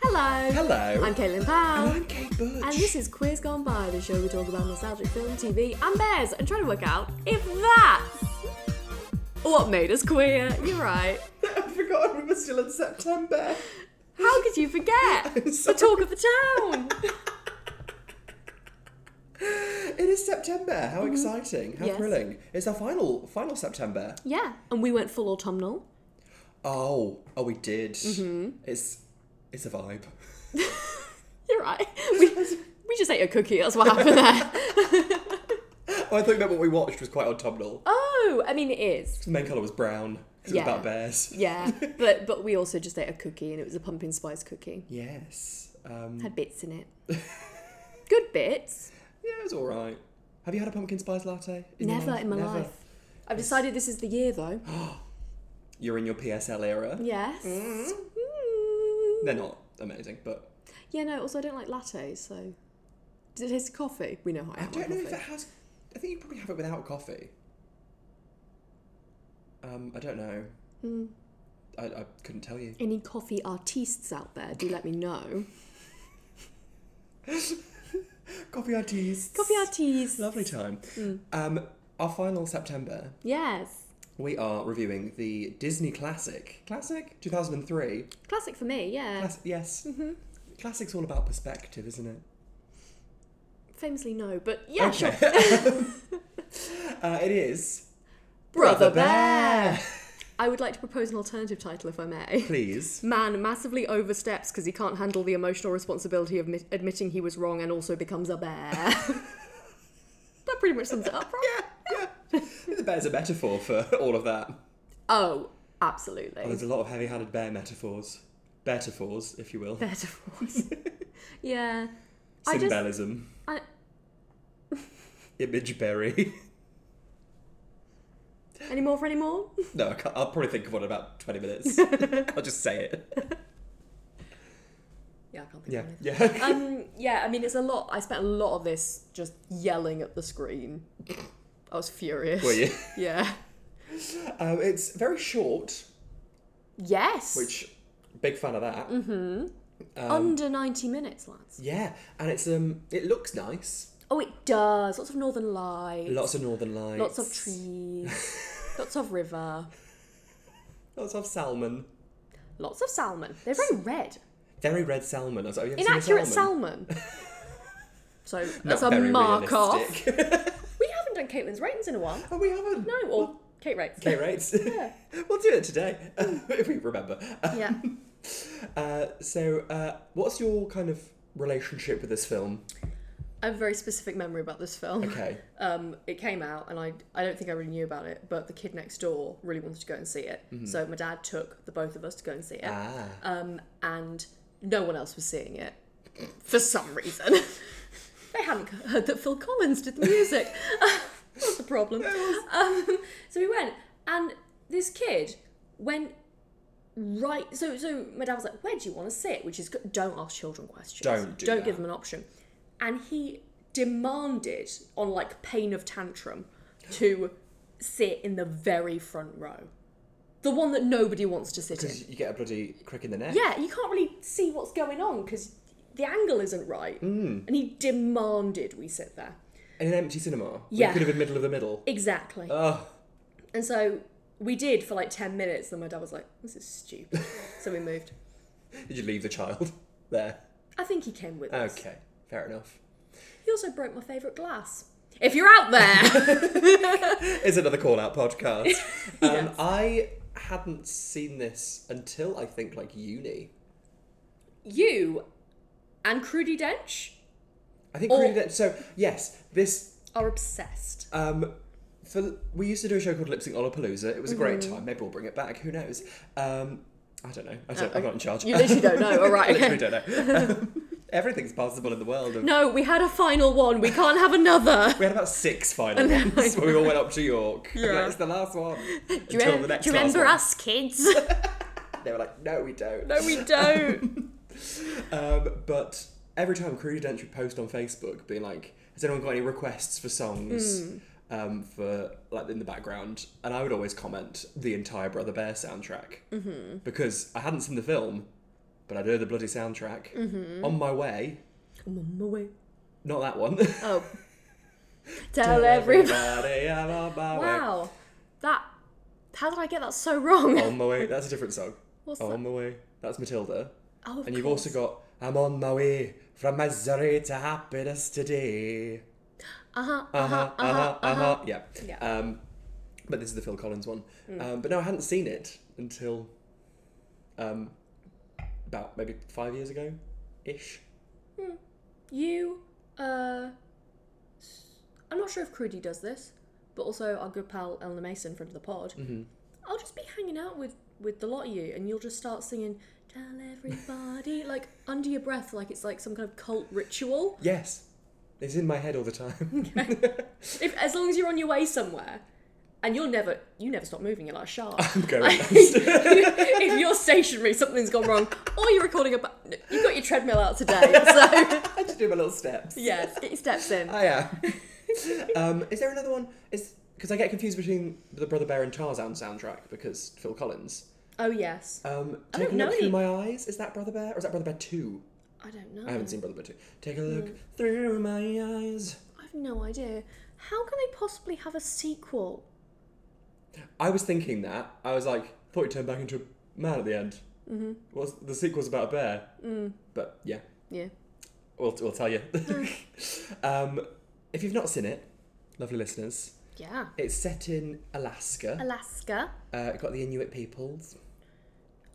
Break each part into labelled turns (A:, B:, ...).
A: Hello.
B: Hello.
A: I'm Caitlin Powell.
B: And I'm Kate Birch.
A: And this is Queers Gone By, the show we talk about nostalgic film, TV, and bears, and try to work out if that's what made us queer. You're right.
B: I forgot we were still in September.
A: How could you forget?
B: I'm
A: The
B: sorry.
A: talk of the town.
B: It is September. How exciting! How
A: Mm-hmm. Yes.
B: thrilling! It's our final, final September.
A: yeah, and we went full autumnal.
B: Oh, oh, we did.
A: Mm-hmm.
B: It's, it's a vibe.
A: You're right. We, we just ate a cookie. That's what happened there.
B: Oh, I think that what we watched was quite autumnal.
A: oh, I mean it is.
B: The main colour was brown. 'cause It
A: Yeah.
B: was about bears.
A: Yeah, but but we also just ate a cookie, and it was a pumpkin spice cookie.
B: Yes. Um,
A: Had bits in it. Good bits.
B: yeah, it was all right. Have you had a pumpkin spice latte? in your
A: Never
B: life?
A: in my
B: Never.
A: life. I've decided this is the year though.
B: You're in your PSL era.
A: Yes.
B: Mm-hmm.
A: Mm.
B: They're not amazing, but
A: Yeah, no, also I don't like lattes, so. Does it taste of coffee? We know how I,
B: I
A: am on
B: don't know if
A: coffee.
B: it has. I think you probably have it without coffee. Um, I don't know.
A: Mm.
B: I, I couldn't tell you.
A: Any coffee artistes out there, do let me know.
B: Coffee artists.
A: Coffee Mm. artistes.
B: Lovely time. Um, our final September,
A: Yes.
B: we are reviewing the Disney classic. Classic? 2003.
A: Classic for me, yeah.
B: Class- yes. Mm-hmm. Classic's all about perspective, isn't it?
A: Famously no, but yeah, sure.
B: uh, it is.
A: Brother Bear. I would like to propose an alternative title if I may.
B: Please.
A: Man massively oversteps because he can't handle the emotional responsibility of mi- admitting he was wrong and also becomes a bear. that pretty much sums it up, right?
B: Yeah. the bear's a metaphor for all of that.
A: Oh, absolutely.
B: Oh, there's a lot of heavy-handed bear metaphors. Metaphors, if you will.
A: Bear divorce. yeah. I just-
B: Symbolism.
A: I,
B: Imageberry.
A: any more for any more?
B: no, I can't, I'll probably think of one in about 20 minutes. I'll just say it.
A: Yeah, I can't think
B: Yeah.
A: of anything.
B: Yeah.
A: Um, yeah, I mean, it's a lot. I spent a lot of this just yelling at the screen. I was furious.
B: Were you?
A: Yeah.
B: Um, it's very short,
A: Yes. Mm-hmm.
B: which big fan of that.
A: Mm.
B: Um,
A: Under 90 minutes, lads.
B: Yeah, and it's um, it looks nice.
A: Oh, it does. Lots of northern lights.
B: Lots of northern lights.
A: Lots of trees. lots of river.
B: Lots of salmon.
A: Lots of salmon. They're very red.
B: Very red salmon. I was like, have you ever seen a
A: Inaccurate
B: salmon?
A: salmon. so
B: Not
A: that's a
B: very
A: mark off.
B: realistic.
A: We haven't done Caitlin's ratings in a while.
B: oh, we haven't.
A: No, or Kate rates.
B: Okay, right.
A: Yeah.
B: we'll do it today if we remember.
A: Yeah.
B: Uh, so, uh, what's your kind of relationship with this film?
A: I have a very specific memory about this film.
B: Okay.
A: Um, it came out, and I, I don't think I really knew about it, but the kid next door really wanted to go and see it.
B: Mm-hmm.
A: So my dad took the both of us to go and see it.
B: Ah.
A: Um, and no one else was seeing it for some reason. they hadn't heard that Phil Collins did the music. That's the problem. Um, so we went, and this kid went right. So so my dad was like, "Where do you want to sit?" Which is good. don't ask children questions.
B: Don't do
A: don't
B: that.
A: give them an option. And he demanded, on like pain of tantrum, to sit in the very front row, the one that nobody wants to sit in.
B: Because you get a bloody crick in the neck.
A: Yeah, you can't really see what's going on because the angle isn't right.
B: Hmm.
A: And he demanded we sit there.
B: In an empty cinema.
A: Yeah.
B: It could have been middle of the middle.
A: Exactly.
B: Oh,
A: and so we did for like 10 minutes. Then my dad was like, this is stupid. so we moved.
B: did you leave the child there?
A: I think he came with us.
B: Okay, fair enough.
A: He also broke my favourite glass. If you're out there!
B: It's another call out podcast. um, I hadn't seen this until I think like uni.
A: you and Crudy Dench
B: I think
A: Or-
B: really that, so. Yes, this
A: are obsessed.
B: Um, for we used to do a show called Lip Sync Lollapalooza. It was a great
A: Mm-hmm.
B: time. Maybe we'll bring it back. Who knows? Um, I don't know. I don't, I'm not in charge.
A: Uh, You literally don't know, all right,
B: I
A: okay.
B: literally don't know. Um, everything's possible in the world. Of,
A: No, we had a final one. We can't have another.
B: We had about six final
A: know, I
B: ones when we all went up to York. I'm
A: Yeah.
B: Like, it's the last one.
A: Do you, rem- do you remember us, kids?
B: They were like, no, we don't.
A: no, we don't.
B: Um, but every time Crudy Dench would post on Facebook, being like, "Has anyone got any requests for songs
A: Hmm.
B: um, for like in the background?" and I would always comment the entire Brother Bear soundtrack mm-hmm. because I hadn't seen the film, but I'd heard the bloody soundtrack
A: Mm-hmm.
B: on my way.
A: I'm on my way.
B: Not that one.
A: Oh. Tell everybody.
B: I'm on my way.
A: Wow. That. How did I get that so wrong?
B: On my way. That's a different song.
A: What's that?
B: On my way. That's Matilda.
A: Oh, of
B: And you've
A: course.
B: also got I'm on my way from Missouri to happiness today.
A: Uh-huh,
B: Uh huh. Uh huh. Uh huh. Yeah.
A: Yeah. Hmm.
B: Um, but this is the Phil Collins one. Um, but no, I hadn't seen it until um, about maybe five years ago, ish.
A: You, uh, s- I'm not sure if Crudy does this, but also our good pal Eleanor Mason, friend of the pod. I'll just be hanging out with with the lot of you, and you'll just start singing "Tell Everybody" like under your breath, like it's like some kind of cult ritual.
B: Yes, it's in my head all the time.
A: If as long as you're on your way somewhere, and you're never you never stop moving, you're like a shark.
B: I'm going.
A: if you're stationary, something's gone wrong, or you're recording a. ba- You've got your treadmill out today, so
B: I just do my little steps.
A: yes, get your steps in.
B: I am. Oh, um, is there another one? Is because I get confused between the Brother Bear and Tarzan soundtrack because Phil Collins.
A: Oh yes,
B: Um,
A: I
B: take a
A: don't know
B: look through
A: any-
B: my eyes. Is that Brother Bear or is that Brother Bear Two?
A: I don't know.
B: I haven't seen Brother Bear Two. Take a
A: Mm.
B: look through my eyes.
A: I have no idea. How can they possibly have a sequel?
B: I was thinking that. I was like, thought he turned back into a man at the end. Mm-hmm. What's the sequel's about a bear? Mm. But yeah,
A: Yeah.
B: we'll, we'll tell you. um, if you've not seen it, lovely listeners,
A: Yeah.
B: it's set in Alaska.
A: Alaska.
B: Uh, got the Inuit peoples.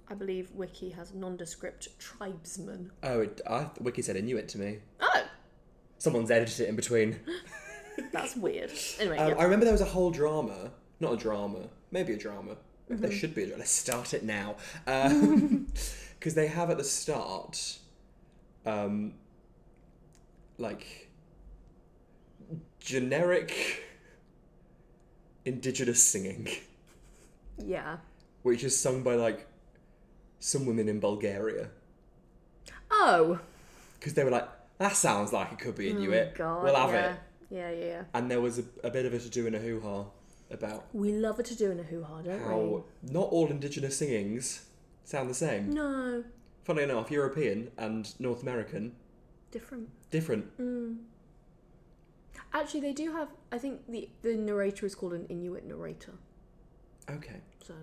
A: I believe Wiki has nondescript tribesmen.
B: Oh, it, I, Wiki said Inuit to me.
A: Oh,
B: Someone's edited it in between.
A: that's weird. Anyway,
B: Um,
A: yeah.
B: I remember there was a whole drama. Not a drama. Maybe a drama. Maybe
A: Mm-hmm.
B: There should be a drama. Let's start it now. Because they have at the start, um, like, generic indigenous singing,
A: yeah.
B: which is sung by, like, some women in Bulgaria.
A: Oh.
B: Because they were like, that sounds like it could be Inuit.
A: God.
B: we'll have
A: yeah.
B: it.
A: Yeah, yeah, yeah.
B: And there was a, a bit of a to do and a hoo ha about
A: We love it to do in a hoo ha, don't
B: how not all indigenous singings sound the
A: we?
B: same.
A: No.
B: Funnily enough, European and North American
A: Different.
B: different.
A: Mm. Actually, they do have. I think the the narrator is called an Inuit narrator.
B: Okay,
A: So.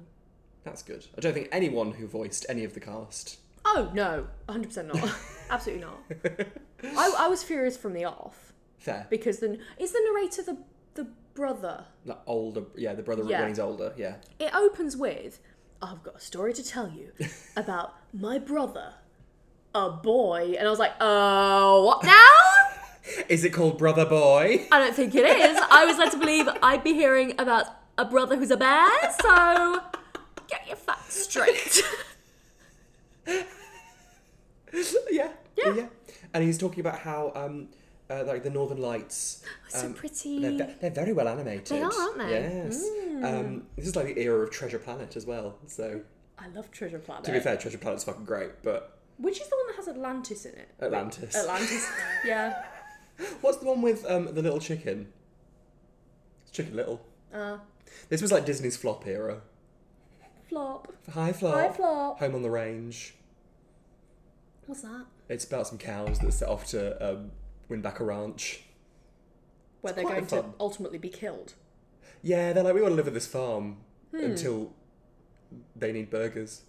B: that's good. I don't think anyone who voiced any of the cast.
A: Oh no, hundred percent not. Absolutely not. I, I was furious from the off.
B: Fair,
A: because then is the narrator the the brother
B: like older, yeah, the brother
A: Yeah.
B: when he's older, yeah.
A: it opens with i've got a story to tell you about my brother a boy and i was like uh what now
B: Is it called Brother Boy?
A: i don't think it is i was led to believe i'd be hearing about a brother who's a bear so get your facts straight
B: yeah.
A: Yeah.
B: And he's talking about how, um, uh, like the Northern Lights.
A: Oh, so
B: um,
A: pretty
B: They're, ve- they're very well animated.
A: They are, aren't they? Mm.
B: Yes. Um, this is like the era of Treasure Planet as well. So
A: i love treasure planet
B: to be fair, Treasure Planet's fucking great, but
A: which is the one that has atlantis in it
B: Atlantis.
A: atlantis yeah
B: What's the one with um, the little chicken? It's Chicken Little.
A: uh
B: This was like Disney's flop era.
A: flop
B: High flop.
A: Hi, Flop.
B: Home on the range.
A: what's that
B: It's about some cows that set off to um, win back a ranch.
A: where they're
B: quite
A: going to
B: fun.
A: ultimately be killed
B: Yeah, they're like, we want to live at this farm until they need burgers.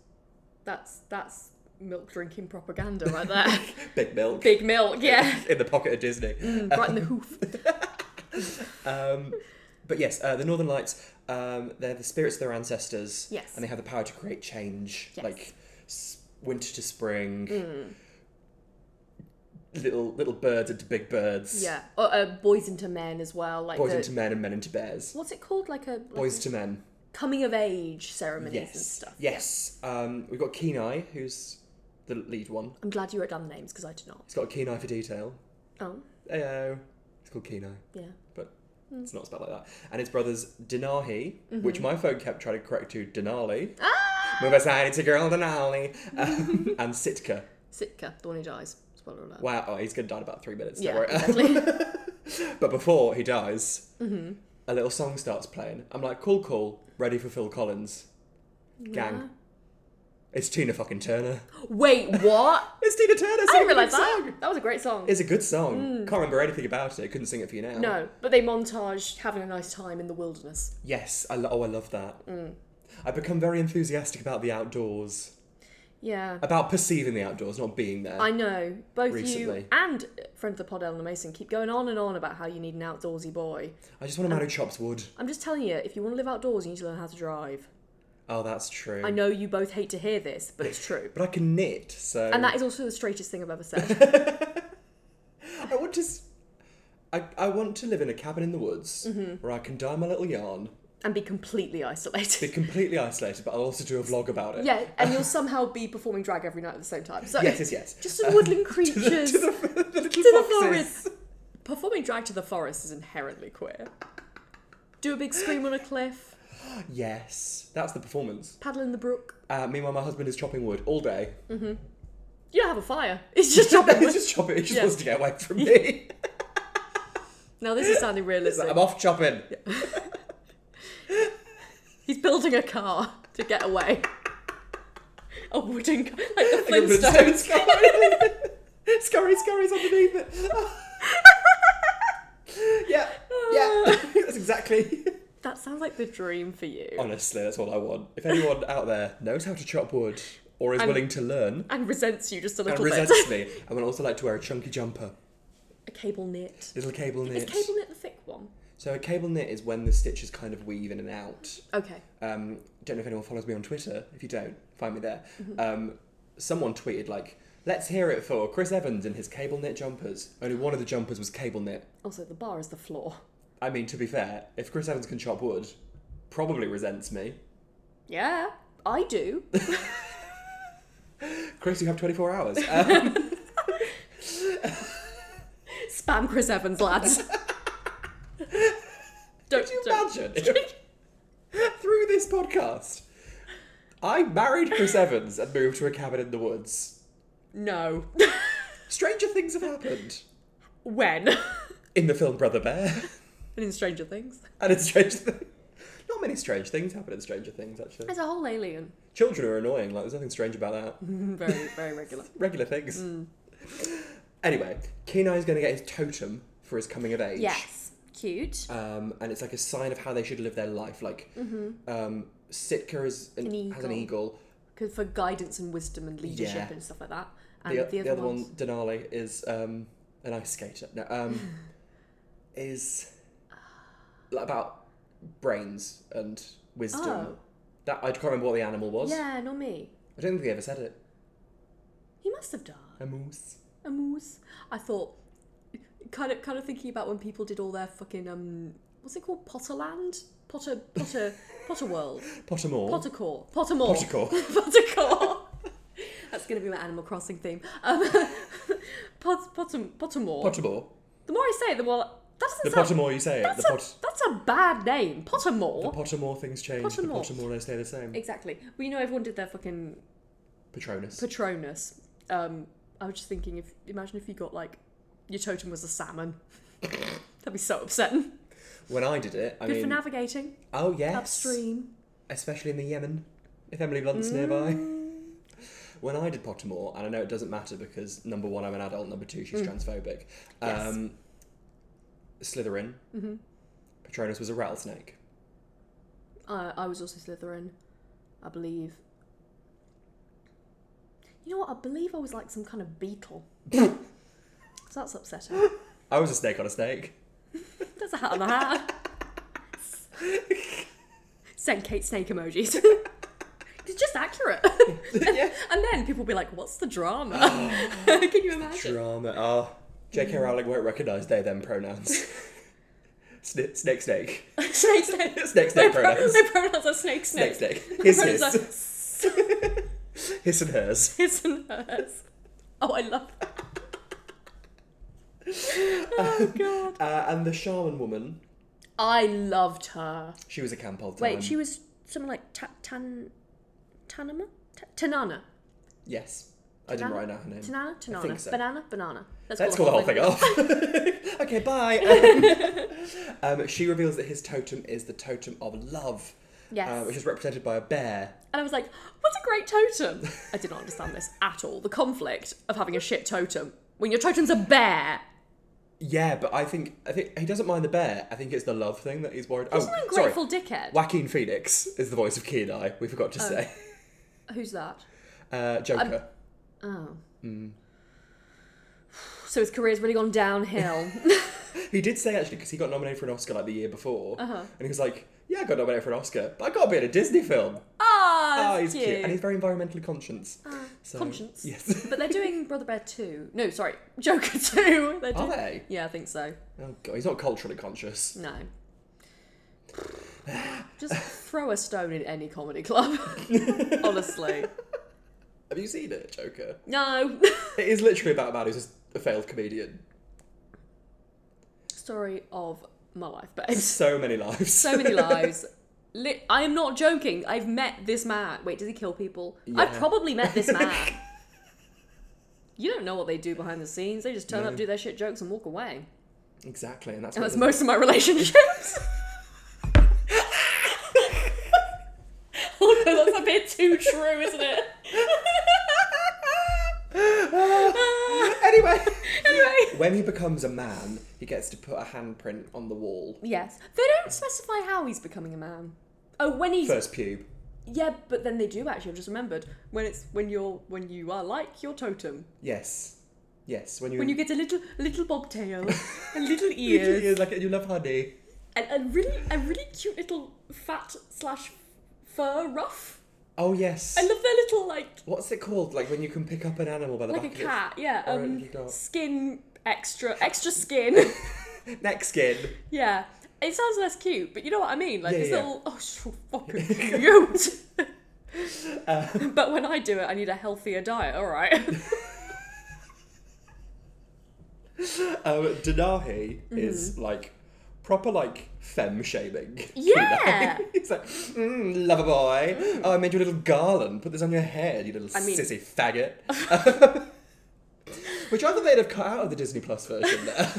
A: That's that's milk drinking propaganda right there.
B: Big milk.
A: Big milk, yeah.
B: In the pocket of Disney. Uh,
A: Right in the hoof.
B: Um, but yes, uh, the Northern Lights, um, they're the spirits of their ancestors.
A: Yes.
B: And they have the power to create change.
A: Yes. Mm.
B: Like s- winter to spring. Little little birds into big birds.
A: Yeah. Or, uh, boys into men as well. Like
B: Boys
A: the,
B: into men and men into bears.
A: what's it called? Like a like
B: Boys to men.
A: coming of age ceremonies and
B: Yes.
A: stuff.
B: Yes. Um, we've got Keen Eye, who's the lead one.
A: I'm glad you wrote down the names because I did not.
B: He's got a keen eye for detail.
A: Oh,
B: Ayo. It's called Keen Eye.
A: yeah.
B: but
A: Mm.
B: it's not spelled like that. And his brother's Denahi,
A: Mm-hmm.
B: which my phone kept trying to correct to Denali.
A: Ah!
B: Move aside, it's a girl, Denali. Um, and Sitka.
A: Sitka, the one who dies. Spoiler alert.
B: Wow, oh, he's going to die in about three minutes.
A: yeah,
B: Don't worry.
A: exactly. Mm-hmm.
B: but before he dies, a little song starts playing. I'm like, cool, cool, ready for Phil Collins. Gang. It's Tina fucking Turner.
A: Wait, what?
B: It's Tina Turner.
A: I
B: singing
A: didn't
B: a
A: realise
B: good
A: that.
B: song.
A: That was a great song.
B: It's a good song. Can't remember anything about it. Couldn't sing it for you now.
A: no, but they montaged having a nice time in the wilderness.
B: Yes. I lo- oh, I love that.
A: Mm.
B: I've become very enthusiastic about the outdoors.
A: Yeah.
B: About perceiving the outdoors, not being there.
A: I know. Both you
B: Recently.
A: and friend of the pod, Eleanor Mason, keep going on and on about how you need an outdoorsy boy.
B: I just want a
A: Um,
B: man who chops wood.
A: I'm just telling you, if you want to live outdoors, you need to learn how to drive.
B: Oh, that's true.
A: I know you both hate to hear this, but it's true.
B: But I can knit, so.
A: And that is also the straightest thing I've ever said.
B: I want to. s- I, I want to live in a cabin in the woods
A: Mm-hmm.
B: where I can dye my little yarn,
A: and be completely
B: be
A: isolated.
B: completely isolated, but I'll also do a vlog about it.
A: Yeah, and you'll somehow be performing drag every night at the same time. So
B: Yes, yes, yes.
A: Just some woodland creatures.
B: to the, the
A: to
B: little
A: the
B: boxes.
A: forest. Performing drag to the forest is inherently queer. Do a big scream on a cliff,
B: Yes, that's the performance.
A: paddle in the brook.
B: Uh, meanwhile, my husband is chopping wood all day.
A: You don't have a fire. It's just a
B: He
A: wood.
B: just chopping. He just
A: Yeah.
B: wants to get away from me.
A: Now this is sounding
B: He's like,
A: realistic.
B: I'm off chopping.
A: He's building a car to get away. A wooden car, like the
B: Like a Flintstone
A: Flintstones.
B: scurry. scurry, scurry's underneath it. yeah, yeah. that's exactly.
A: That sounds like the dream for you.
B: Honestly, that's all I want. If anyone out there knows how to chop wood or is
A: And-
B: willing to learn
A: And resents you just a
B: and
A: little bit.
B: resents me, I would also like to wear a chunky jumper,
A: a cable knit.
B: little cable knit.
A: Is cable knit the thick one?
B: So a cable knit is when the stitches kind of weave in and out.
A: Okay.
B: Um, don't know if anyone follows me on Twitter. If you don't, find me there.
A: Mm-hmm.
B: Um, someone tweeted like, "Let's hear it for Chris Evans and his cable knit jumpers." Only one of the jumpers was cable knit.
A: Also, the bar is the floor.
B: I mean, to be fair, if Chris Evans can chop wood, probably resents me.
A: Yeah, I do.
B: Chris, you have twenty four hours. Um,
A: Spam Chris Evans, lads. don't
B: could you
A: don't-
B: imagine if- through this podcast? I married Chris Evans and moved to a cabin in the woods.
A: No.
B: Stranger things have happened
A: when? and
B: in the film Brother Bear.
A: in Stranger Things.
B: And it's strange thing. Not many strange things happen in Stranger Things, actually.
A: As a whole alien.
B: Children are annoying, like, there's nothing strange about that.
A: Mm, very, very regular.
B: Regular things.
A: Hmm.
B: Anyway, Kenai is going to get his totem for his coming of age.
A: Yes. Cute.
B: Um, and it's like a sign of how they should live their life. Like, um, Sitka is an,
A: Mm-hmm. An
B: has an
A: eagle.
B: eagle.
A: Because for guidance and wisdom and leadership
B: Yeah.
A: and stuff like that. And
B: The,
A: the,
B: the,
A: other,
B: other
A: ones.
B: one, Denali, is um, an ice skater. No, um, is like about brains and wisdom.
A: Oh.
B: That I can't remember what the animal was.
A: Yeah, not me.
B: I don't think they ever said it.
A: He must have died.
B: A moose.
A: A moose. I thought, kind of, kind of thinking about when people did all their fucking um, what's it called, Potterland, Potter, Potter, Potter World,
B: Pottermore.
A: Pottercore, Pottermore,
B: Pottercore.
A: Pottercore. That's gonna be my Animal Crossing theme. Um, Pot, Potter, Pottermore.
B: Pottermore.
A: the more I say it, the more that
B: The
A: doesn't sound.
B: Pottermore you say it. The,
A: that's, a,
B: pot-
A: that's a bad name,
B: the
A: Pottermore.
B: Pottermore things change.
A: Pottermore.
B: The Pottermore they stay the same.
A: exactly. Well, you know, everyone did their fucking
B: Patronus.
A: Patronus. Um, I was just thinking, if imagine if you got like your totem was a salmon. That'd be so upsetting.
B: when I did it, I
A: Good for
B: mean,
A: navigating
B: oh yes,
A: upstream. Mm.
B: especially in the Yemen, if Emily Blunt's nearby. When I did Pottermore, and I know it doesn't matter because number one, I'm an adult. Number two, she's transphobic.
A: Mm. Yes. Mm-hmm.
B: Um, Slytherin. Patronus was a rattlesnake.
A: Uh, I was also Slytherin, I believe. You know what? I believe I was like some kind of beetle. so that's upsetting.
B: I was a snake on a snake.
A: That's a hat on a hat. Send Kate snake emojis. it's just accurate.
B: yeah. Oh,
A: And then people will be like, "What's the drama?" Can you imagine?
B: Drama. Oh,
A: Mm.
B: J.K. Rowling won't recognise they them pronouns. Sni snake, snake.
A: snake, snake.
B: Snake, snake
A: My
B: pronouns.
A: My pronouns are snake, snake.
B: Snake, snake.
A: My
B: His,
A: pronouns
B: his.
A: are s-
B: His and hers.
A: his and hers. Oh, I love that. oh god.
B: Uh, and the shaman woman,
A: I loved her.
B: she was a camp all the time.
A: Wait, she was someone like ta- Tan, Tanama, Ta- Tanana,
B: Yes. I didn't write down her name.
A: Tanana, Tanana,
B: think so.
A: banana, banana.
B: Let's call
A: cool.
B: the whole thing off. okay, bye. Um, um, she reveals that his totem is the totem of love.
A: Yes.
B: uh, which is represented by a bear.
A: And I was like, what a great totem. I did not understand this at all. The conflict of having a shit totem when your totem's a bear.
B: Oh, Yeah, but I think I think he doesn't mind the bear. I think it's the love thing that he's worried.
A: What
B: Oh,
A: an
B: sorry.
A: ungrateful dickhead.
B: Joaquin Phoenix is the voice of Keen Eye. We forgot to say.
A: Who's that?
B: Uh, Joker.
A: Oh.
B: mm.
A: So his career's really gone downhill.
B: He did say actually because he got nominated for an Oscar like the year before, and he was like, "Yeah, I got nominated for an Oscar, but I got to be in a Disney film."
A: Ah,
B: Ah,
A: that's
B: he's
A: cute.
B: cute. and he's very environmentally conscious. So-
A: conscience.
B: Yes.
A: But they're doing Brother Bear 2. No, sorry, Joker 2. They're
B: Are
A: doing...
B: they?
A: Yeah, I think so.
B: Oh god, he's not culturally conscious.
A: No. Just throw a stone in any comedy club. Honestly.
B: Have you seen it, Joker?
A: No.
B: It is literally about a man who's just a failed comedian.
A: Story of my life, babes.
B: So many lives.
A: so many lives. Li- I am not joking. I've met this man. Wait, does he kill people? I've
B: Yeah.
A: probably met this man. you don't know what they do behind the scenes. They just turn up, do their shit jokes, and walk away.
B: exactly, and that's,
A: And
B: what
A: that's
B: it is.
A: most of my relationships. oh no, that's a bit too true, isn't it?
B: Anyway,
A: anyway.
B: when he becomes a man, he gets to put a handprint on the wall.
A: Yes. They don't specify how he's becoming a man. Oh, when he's
B: First pube.
A: Yeah, but then they do actually. I've just remembered when it's when you're when you are like your totem.
B: Yes. Yes. When you
A: When you get a little a little bobtail, a Mm. little
B: Literally,
A: ears,
B: it's like you love honey.
A: and a really a really cute little fat slash fur ruff.
B: Oh yes.
A: I love their little like
B: What's it called? Like when you can pick up an animal by the
A: like a
B: back.
A: cat. Yeah,
B: or a
A: um,
B: little dog.
A: skin extra extra skin.
B: Of its neck skin.
A: yeah, it sounds less cute, but you know what I mean. Like
B: Yeah,
A: this
B: yeah.
A: little oh so fucking cute.
B: Uh,
A: but when I do it, I need a healthier diet. All right.
B: Um, Danahi
A: Mm-hmm.
B: is like proper like femme shaming.
A: Yeah.
B: it's like, mm, lover boy. Oh, I made you a little garland. Put this on your head, you little
A: I mean-
B: sissy faggot. Which I thought they'd have cut out of the Disney Plus version. There,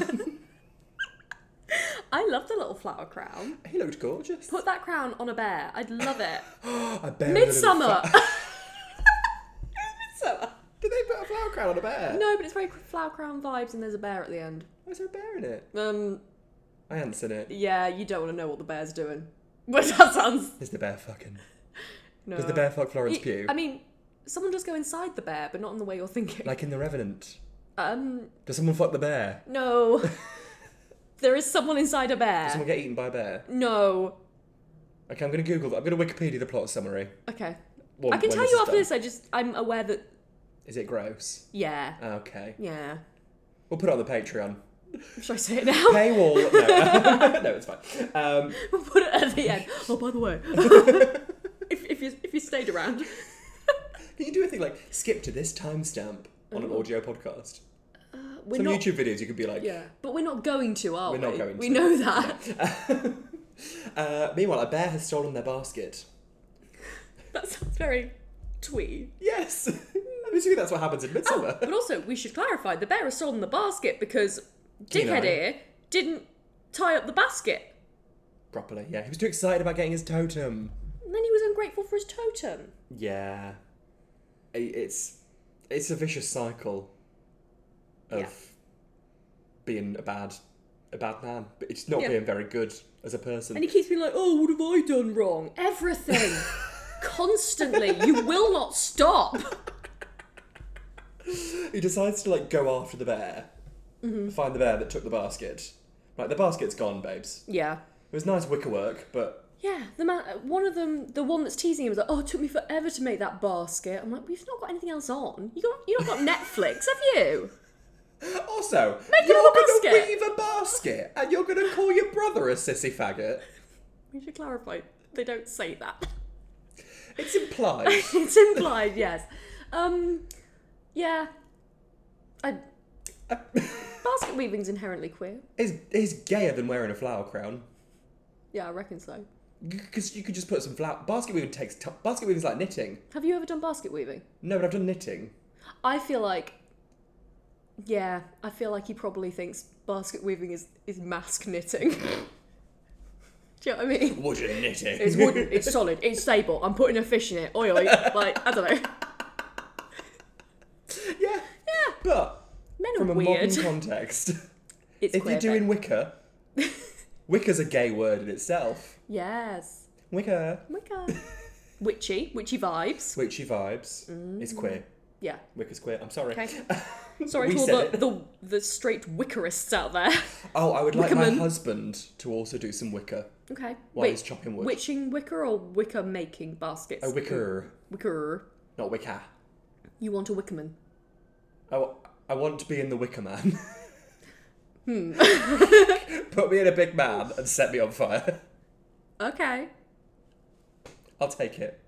A: I love the little flower crown.
B: he looked gorgeous.
A: Put that crown on a bear. I'd love it.
B: I bear with a little
A: Midsummer.
B: fa-
A: Midsummer.
B: Did they put a flower crown on a bear?
A: No, but it's very flower crown vibes, and there's a bear at the end.
B: Why is there a bear in it?
A: Um,
B: I answered it.
A: yeah, you don't want to know what the bear's doing. But that sounds
B: Is the bear fucking?
A: no.
B: Does the bear fuck Florence
A: You-
B: Pugh?
A: I mean, someone does go inside the bear, but not in the way you're thinking.
B: like in The Revenant.
A: um,
B: Does someone fuck the bear?
A: no. there is someone inside a bear.
B: Does someone get eaten by a bear?
A: No.
B: Okay, I'm gonna Google that. I'm gonna Wikipedia the plot summary.
A: Okay.
B: Well,
A: I can
B: when
A: tell
B: this
A: you
B: is
A: after
B: done.
A: this. I just I'm aware that
B: Is it gross? Ah,
A: yeah,
B: Okay.
A: yeah.
B: We'll put it on the Patreon.
A: Should I say it now?
B: Paywall. No, no it's fine. Um,
A: We'll put it at the end. Oh, by the way, if, if you if you stayed around,
B: can you do a thing like skip to this timestamp on an audio podcast?
A: Mm-hmm. we're
B: Some
A: not.
B: YouTube videos you could be like.
A: Yeah, but we're not going to, are
B: We're
A: we?
B: not going
A: we
B: to.
A: know that.
B: Uh, meanwhile, a bear has stolen their basket.
A: That sounds very twee.
B: Yes. I'm assuming that's what happens
A: Ah.
B: in Midsummer.
A: Oh, But also, we should clarify: the bear is sold in the basket because
B: Keen-Eye.
A: dickhead here didn't tie up the basket.
B: Properly, yeah. He was too excited about getting his totem.
A: And then he was ungrateful for his totem.
B: Yeah, I- it's it's a vicious cycle of
A: Yeah.
B: being a bad a bad man, but it's not
A: Yeah.
B: being very good as a person.
A: And he keeps being like, "Oh, what have I done wrong? Everything." Constantly, you will not stop.
B: He decides to like go after the bear,
A: Mm-hmm.
B: find the bear that took the basket. Like the basket's gone, babes.
A: Yeah,
B: It was nice wickerwork, but
A: Yeah, the man, uh, one of them, the one that's teasing him was like, "Oh, it took me forever to make that basket." I'm like, "We've not got anything else on. You got, you not got Netflix, have you?"
B: also
A: Make
B: you're
A: another
B: gonna
A: basket.
B: weave a basket, and you're gonna call your brother a sissy faggot.
A: We should clarify they don't say that.
B: It's implied.
A: it's implied, yes. Um, yeah, I, basket weaving's inherently queer.
B: is is gayer than wearing a flower crown.
A: Yeah, I reckon so.
B: Because you could just put some flower. Basket weaving takes. T- basket weaving's like knitting.
A: Have you ever done basket weaving?
B: No, but I've done knitting.
A: I feel like, yeah, I feel like he probably thinks basket weaving is is mask knitting. Do you know what I mean?
B: Wooden knitting.
A: It's wooden, it's solid, it's stable. I'm putting a fish in it. Oi, oi. Like, I don't know.
B: yeah. Yeah. But
A: Men are
B: from a
A: weird.
B: modern context,
A: It's
B: if
A: queer, but-
B: you're doing Wicca, Wicca's a gay word in itself.
A: Yes.
B: Wicca.
A: Wicca. Witchy. Witchy vibes.
B: Witchy vibes. It's queer.
A: Yeah.
B: Wicca's queer. I'm sorry.
A: Mm. Okay. Sorry
B: We
A: to all
B: said
A: the, the, the straight wickerists out there.
B: Oh, I would like my
A: Wickerman.
B: husband to also do some Wicca
A: Okay.
B: while
A: Wait,
B: he's chopping wood.
A: witching wicker or wicker making baskets?
B: a wicker,
A: Wicker.
B: not Wicca.
A: You want a wickerman.
B: I, w- I want to be in the Wicker Man.
A: Hmm.
B: Put me in a big man and set me on fire.
A: Okay.
B: I'll take it.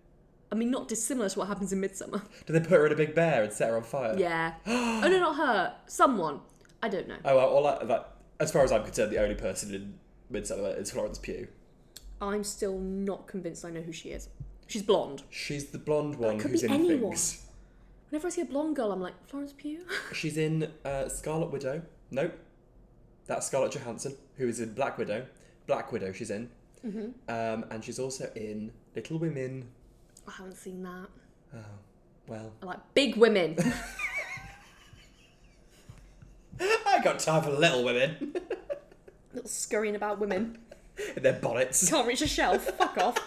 A: I mean, not dissimilar to what happens in Midsummer.
B: Did they put her in a big bear and set her on fire?
A: Yeah. oh, no, not her. Someone. I don't know.
B: Oh, well, all I, that, as far as I'm concerned, the only person in Midsummer is Florence Pugh.
A: I'm still not convinced I know who she is. She's blonde.
B: She's the blonde one
A: could
B: who's
A: be
B: in
A: anyone.
B: things.
A: Whenever I see a blonde girl, I'm like, Florence Pugh?
B: She's in uh, Scarlet Widow. Nope. That's Scarlett Johansson, who is in Black Widow. Black Widow, she's in.
A: Mm-hmm.
B: Um, and she's also in Little Women.
A: I haven't seen that.
B: Well,
A: I like big women.
B: I got time for Little Women
A: Little scurrying about women.
B: in their bonnets.
A: Can't reach a shelf. Fuck off.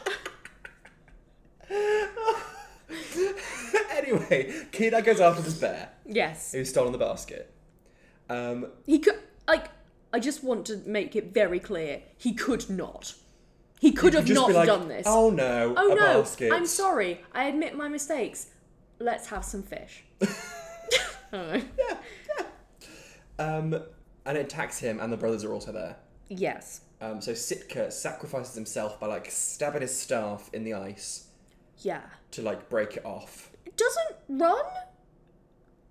B: anyway, Keenan goes after this bear
A: Yes.
B: who's stolen the basket. Um,
A: He could, like, I just want to make it very clear. He could not. He could have
B: just
A: not
B: be like,
A: done this.
B: Oh no!
A: Oh
B: a
A: no,
B: Basket.
A: I'm sorry. I admit my mistakes. Let's have some fish. I don't know.
B: Um, and it attacks him, and the brothers are also there.
A: Yes.
B: Um, so Sitka sacrifices himself by like stabbing his staff in the ice
A: Yeah.
B: to like break it off.
A: It doesn't run.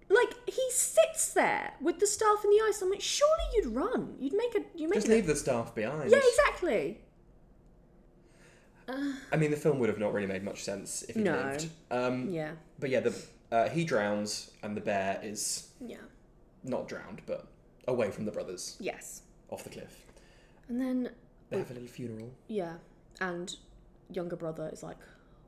A: Like he sits there with the staff in the ice. I'm like, surely you'd run. You'd make a. You make
B: Just
A: an-
B: leave the staff behind.
A: Yeah, exactly.
B: I mean, the film would have not really made much sense if he
A: No.
B: lived. Um,
A: Yeah.
B: But yeah, the uh, he drowns, and the bear is
A: Yeah.
B: not drowned, but away from the brothers
A: Yes.
B: off the cliff.
A: And then
B: They have a little funeral.
A: yeah, and younger brother is like,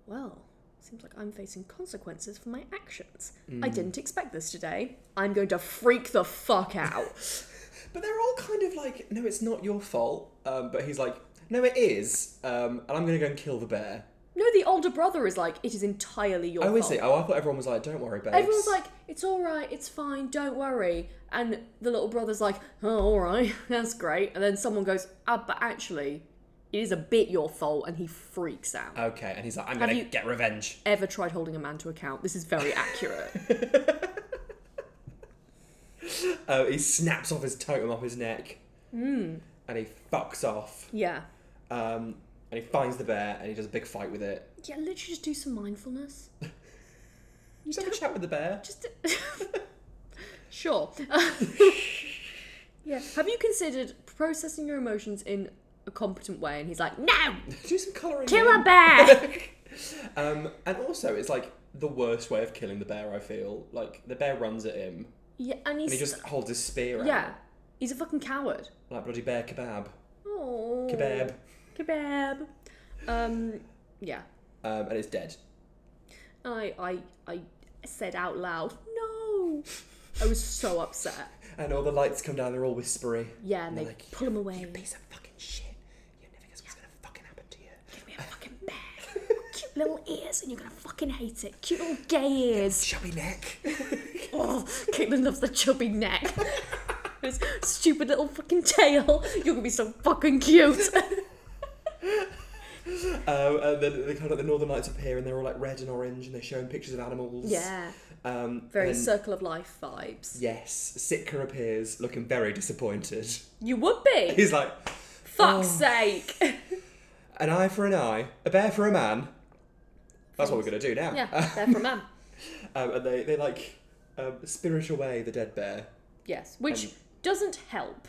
A: well, seems like I'm facing consequences for my actions. I didn't expect this today. I'm going to freak the fuck out.
B: But they're all kind of like, no, it's not your fault. Um, but he's like, no, it is. Um, and I'm going to go and kill the bear.
A: No, the older brother is like, it is entirely your
B: Oh,
A: fault.
B: is it? Oh, I thought everyone was like, don't worry, babes.
A: Everyone's like, it's all right, it's fine, don't worry. And the little brother's like, oh, all right, that's great. And then someone goes, ah, but actually, it is a bit your fault, and he freaks out.
B: okay. And he's like, I'm going
A: you-
B: to get revenge.
A: Ever tried holding a man to account? This is very accurate.
B: Uh, he snaps off his totem off his neck. And he fucks off.
A: yeah.
B: Um, and he finds the bear and he does a big fight with it.
A: Yeah, literally just do some mindfulness. You
B: Just have a
A: don't-
B: chat with the bear.
A: Just. sure. yeah. Have you considered processing your emotions in a competent way? And he's like, no!
B: Do some colouring.
A: Kill
B: in.
A: a bear!
B: Um, and also, it's like the worst way of killing the bear, I feel. Like, the bear runs at him
A: Yeah, and he's
B: and he just holds his spear out.
A: yeah, he's a fucking coward.
B: Like bloody bear kebab.
A: Oh,
B: Kebab.
A: kebab. Um, yeah,
B: Um, and it's dead.
A: I, I, I said out loud, no. I was so upset.
B: And all the lights come down, they're all whispery.
A: Yeah, and
B: And
A: they
B: they're like,
A: pull him away.
B: You piece of fucking shit. You never guess what's gonna fucking happen to you.
A: Give me a fucking bear. Cute little ears, and you're gonna fucking hate it. Cute little gay ears.
B: Chubby neck.
A: Oh, Caitlin loves the chubby neck. His stupid little fucking tail. You're gonna be so fucking cute.
B: um, and then the kind of the northern lights appear, and they're all like red and orange, and they're showing pictures of animals.
A: yeah,
B: Um,
A: very
B: and-
A: circle of life vibes.
B: Yes, Sitka appears, looking very disappointed.
A: You would be.
B: He's Oh. like,
A: Fuck's sake.
B: an eye for an eye, a bear for a man. That's what we're gonna do now.
A: Yeah, they're from Am.
B: Um, and they they like um, spirit away the dead bear.
A: Yes, which
B: Um,
A: doesn't help.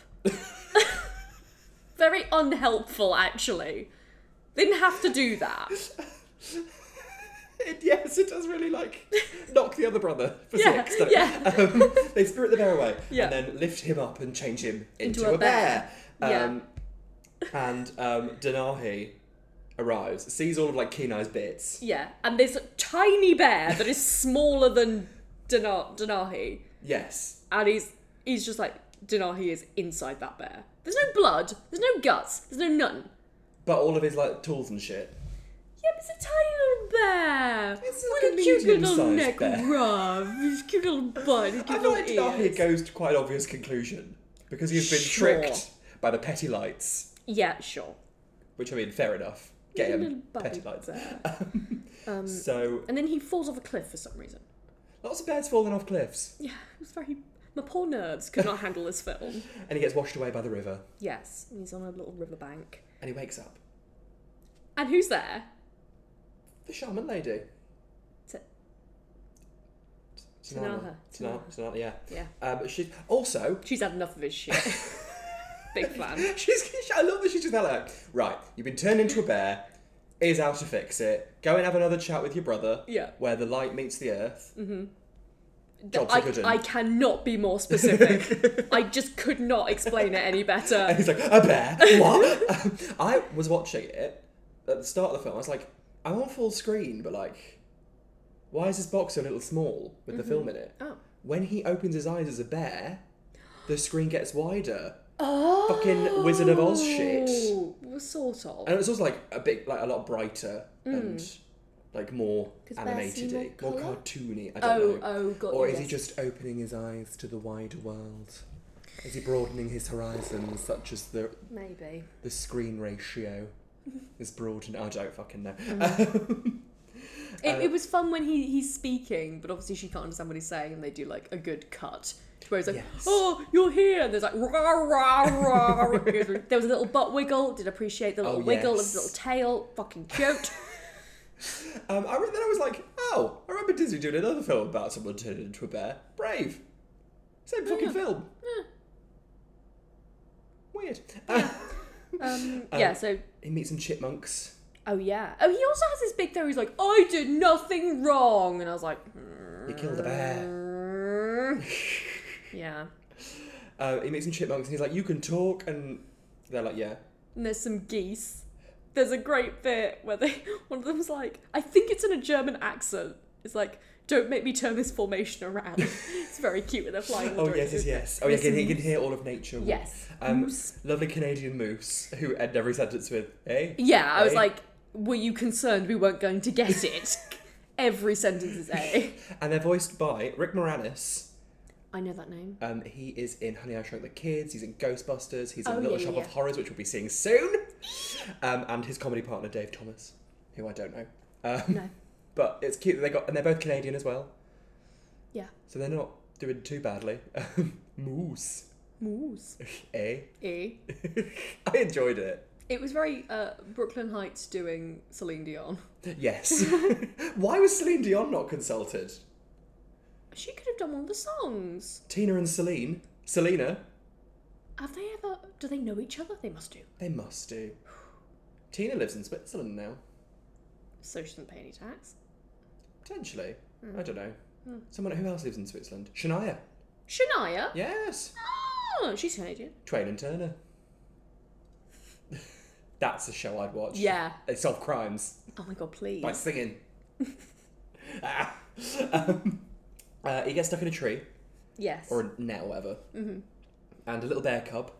A: Very unhelpful, actually. They didn't have to do that.
B: It, yes, it does really like knock the other brother for
A: Yeah,
B: six. doesn't it?
A: yeah.
B: Um, they spirit the bear away
A: Yeah.
B: and then lift him up and change him into,
A: Into a
B: a bear.
A: bear.
B: Um, and um, Danahi arrives, sees all of like Kenai's bits.
A: Yeah, and this tiny bear that is smaller than Dana- Danahi,
B: Yes,
A: and he's he's just like Danahi is inside that bear. There's no blood. There's no guts. There's no none.
B: but all of his like tools and shit.
A: Yeah, but it's a tiny little bear.
B: It's
A: with
B: like
A: a
B: a
A: cute little
B: medium-sized
A: neck
B: bear.
A: rub, his cute little bun, his
B: I
A: cute little
B: feel like Danahi
A: ears.
B: goes to quite an obvious conclusion because he's been
A: Sure.
B: tricked by the petty lights,
A: Yeah, sure.
B: which I mean, fair enough. Get
A: He's a
B: him,
A: little
B: petty
A: buggy
B: lights.
A: bear. um,
B: So
A: And then he falls off a cliff for some reason.
B: lots of bears falling off cliffs,
A: Yeah, it was very. My poor nerves could not handle this film.
B: and he gets washed away by the river,
A: Yes, and he's on a little riverbank.
B: and he wakes up.
A: And who's there?
B: The shaman lady.
A: T-
B: Tanana.
A: Tanaha.
B: Tana- Tana- yeah.
A: Yeah.
B: Um, she's also
A: She's had enough of his shit. Big fan.
B: she's. I love that she's just there like, right. You've been turned into a bear. Here's how to fix it. Go and have another chat with your brother.
A: Yeah.
B: Where the light meets the earth. Job's a
A: I,
B: good 'un.
A: I cannot be more specific. I just could not explain it any
B: And
A: better.
B: he's like, a bear. What? Um, I was watching it at the start of the film. I was like, I'm on full screen, but like, why is this box so little small with the film in it?
A: Oh.
B: When he opens his eyes as a bear, the screen gets wider.
A: Oh.
B: Fucking Wizard of Oz shit.
A: Well, sort of.
B: And it's also like a bit like a lot brighter and like more
A: Mm. 'Cause bears
B: animated,
A: see more
B: more
A: colour?
B: cartoony. I don't
A: Oh,
B: know.
A: oh, got
B: or
A: you,
B: is he
A: yes.
B: just opening his eyes to the wider world? Is he broadening his horizons, such as the
A: Maybe.
B: the screen ratio is broadened? I don't fucking know.
A: Mm. It, it was fun when he, he's speaking, but obviously she can't understand what he's saying, and they do like a good cut. to Where he's like,
B: Yes.
A: "Oh, you're here," and there's like, rah, rah, rah. there was a little butt wiggle. Did appreciate the little
B: Oh,
A: wiggle of his
B: yes.
A: little tail. Fucking cute.
B: um, I re- then I was like, oh, I remember Disney doing another film about someone turning into a bear. Brave.
A: Oh,
B: Same fucking film.
A: Eh.
B: Weird.
A: um,
B: Um,
A: yeah. So,
B: he meets some chipmunks.
A: oh yeah. Oh, he also has this big theory. He's like, "I did nothing wrong," and I was like,
B: He killed a bear.
A: "Mm." "Yeah." Ah.
B: Uh, he meets some chipmunks and he's like, "You can talk," and they're like, "Yeah."
A: and there's some geese. There's a great bit where they one of them's like, I think it's in a German accent. It's like, don't make me turn this formation around. it's very cute when they're flying. in the
B: Oh yes, yes,
A: direction-
B: yes. Oh yeah, can, he can hear all of nature.
A: Yes.
B: Um,
A: Moose.
B: Lovely Canadian moose who end every sentence with, eh? "Hey."
A: Yeah, I was
B: Hey.
A: like, were you concerned we weren't going to get it? Every sentence is A.
B: And they're voiced by Rick Moranis.
A: I know that name.
B: Um, he is in Honey I Shrunk the Kids. He's in Ghostbusters. He's in
A: Oh,
B: Little
A: yeah,
B: Shop
A: yeah,
B: of
A: yeah.
B: Horrors, which we'll be seeing soon. Um, and his comedy partner Dave Thomas, who I don't know. Um,
A: No.
B: But it's cute that they got, and they're both Canadian as well,
A: Yeah.
B: so they're not doing too badly. moose,
A: Moose. E.
B: eh?
A: A.
B: I enjoyed it.
A: It was very uh, Brooklyn Heights doing Celine Dion.
B: Yes. Why was Celine Dion not consulted?
A: She could have done one of the songs.
B: Tina and Celine, Selena,
A: Have they ever? Do they know each other? They must do.
B: they must do. Tina lives in Switzerland now,
A: So she doesn't pay any tax.
B: potentially. I don't know. Someone who else lives in Switzerland? Shania.
A: Shania.
B: Yes.
A: Oh, she's Canadian.
B: Twain and Turner. That's a show I'd watch.
A: Yeah.
B: They solve crimes
A: Oh my god, please.
B: by singing. Ah. Um, uh, he gets stuck in a tree
A: Yes.
B: or a net or whatever, and a little bear cub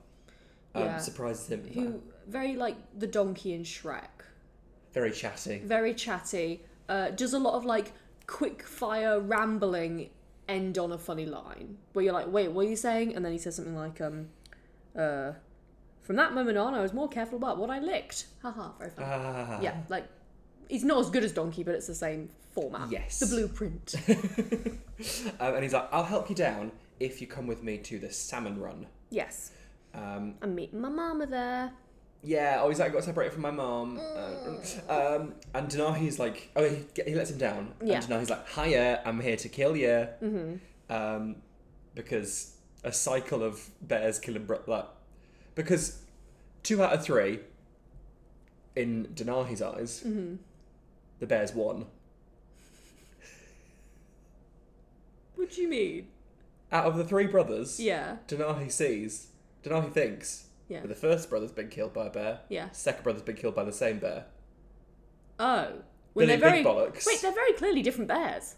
B: um,
A: Mm-hmm. Yeah.
B: surprises him.
A: Who very like the donkey in Shrek.
B: Very chatty.
A: Very chatty. Uh, does a lot of like quick fire rambling end on a funny line where you're like, wait, what are you saying? And then he says something like, um, uh, from that moment on, I was more careful about what I licked. Haha, very funny.
B: Ah.
A: Mm-hmm. yeah, like it's not as good as Donkey, but it's the same format.
B: Yes.
A: The blueprint.
B: Um, and he's like, I'll help you down if you come with me to the salmon run.
A: yes.
B: Um,
A: I'm meeting my mama there.
B: yeah, oh, he's like, I got separated from my mom.
A: Mm.
B: Uh, um, and Danahi's like, oh, he, he lets him down.
A: Yeah.
B: And Danahi's like, hiya, I'm here to kill you.
A: Mm-hmm.
B: Um, because a cycle of bears killing bro- like, because two out of three in Danahi's eyes,
A: Mm-hmm.
B: the bears won.
A: What do you mean?
B: Out of the three brothers,
A: Yeah.
B: Danahi sees, Danahi thinks,
A: Yeah.
B: But the first brother's been killed by a bear.
A: Yeah.
B: Second brother's been killed by the same bear.
A: Oh. When
B: Billy
A: they're very
B: Big Bollocks.
A: Wait, they're very clearly different bears.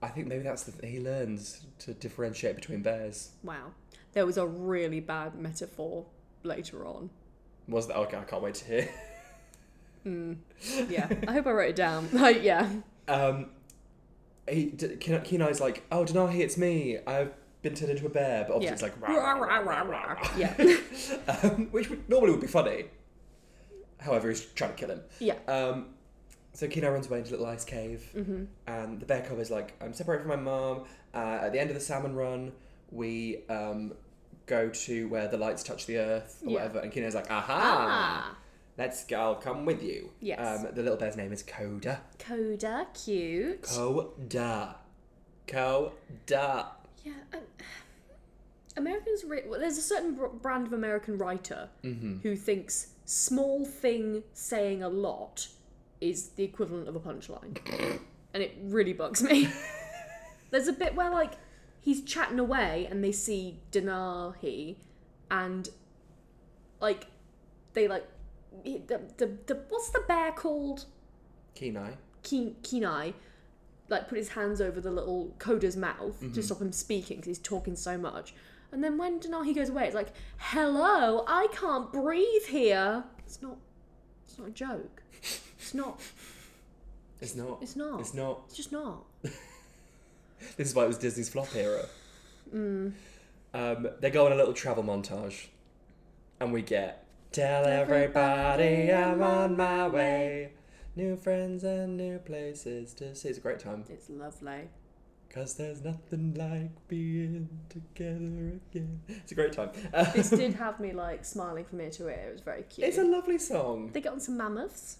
B: I think maybe that's the he learns to differentiate between bears.
A: Wow. There was a really bad metaphor later on.
B: Was that okay? I can't wait to hear.
A: Yeah. I hope I wrote it down. Like, yeah.
B: Um, he D- Ken- Kenai's like, oh Denahi, it's me. I've been turned into a bear, but
A: Yeah.
B: obviously it's like rah, rah, rah, rah, rah, rah.
A: Yeah.
B: um, which would, normally would be funny. However, he's trying to kill him.
A: Yeah.
B: Um, so Kenai runs away into a little ice cave,
A: Mm-hmm.
B: and the bear cub is like, "I'm separated from my mom." Uh, at the end of the salmon run, we um, go to where the lights touch the earth, or
A: Yeah.
B: whatever. And Kenai's like, "Aha!
A: Ah.
B: Let's go. I'll come with you."
A: Yes.
B: Um, the little bear's name is Coda.
A: Coda, cute.
B: Coda. Coda.
A: Yeah. Um, Americans, ri- well, there's a certain br- brand of American writer who thinks small thing saying a lot is the equivalent of a punchline, and it really bugs me. there's a bit where like he's chatting away and they see Danahi, and like they like he- the the, the what's the bear called?
B: Kenai.
A: Keen- Kenai, like put his hands over the little coda's mouth
B: Mm-hmm.
A: to stop him speaking because he's talking so much. And then when Denahi goes away, it's like, "Hello, I can't breathe here." It's not. It's not a joke. It's not.
B: It's not.
A: It's not.
B: It's not.
A: It's just not.
B: This is why it was Disney's flop era.
A: Mm.
B: Um, they go on a little travel montage, and we get Tell everybody I'm on my way. New friends and new places to see. It's a great time.
A: It's lovely.
B: Cause there's nothing like being together again. It's a great time. Uh,
A: This did have me like smiling from ear to ear. It was very cute.
B: it's a lovely song.
A: they got on some mammoths.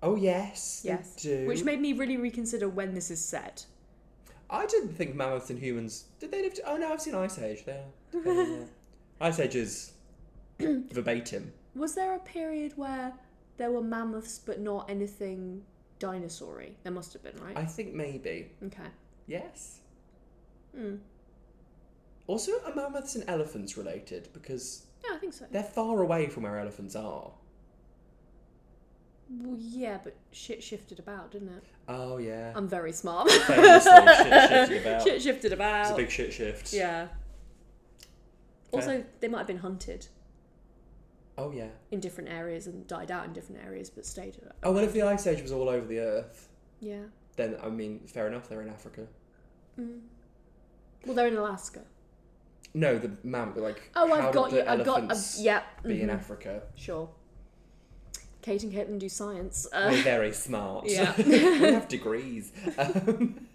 B: Oh, yes. they
A: Yes.
B: do.
A: Which made me really reconsider when this is set.
B: I didn't think mammoths and humans. Did they live? To, oh, no, I've seen Ice Age. They are. together, yeah. Ice Age is verbatim.
A: Was there a period where there were mammoths but not anything dinosaur-y? There must have been, right?
B: I think maybe.
A: Okay.
B: Yes.
A: Mm.
B: Also, are mammoths and elephants related? Because
A: Yeah, I think so.
B: they're far away from where elephants are.
A: Well, yeah, but shit shifted about, didn't it?
B: Oh, yeah.
A: I'm very smart.
B: Famously, shit shifted about.
A: Um, Shit shifted
B: It's a
A: about.
B: big shit shift.
A: yeah.
B: Fair.
A: Also, they might have been hunted
B: Oh, yeah.
A: in different areas and died out in different areas, but stayed. At
B: Oh, well, if the Ice Age was all over the earth,
A: yeah.
B: then, I mean, fair enough, they're in Africa.
A: Mm. Well, they're in Alaska.
B: No, the mammoth, like,
A: Oh,
B: how
A: I've got
B: did
A: you.
B: the
A: I've got. Uh,
B: elephants
A: yeah.
B: be in
A: mhm,
B: Africa?
A: Sure. Kate and Caitlin do science.
B: We're
A: Uh,
B: very smart.
A: Yeah.
B: we have degrees. Um,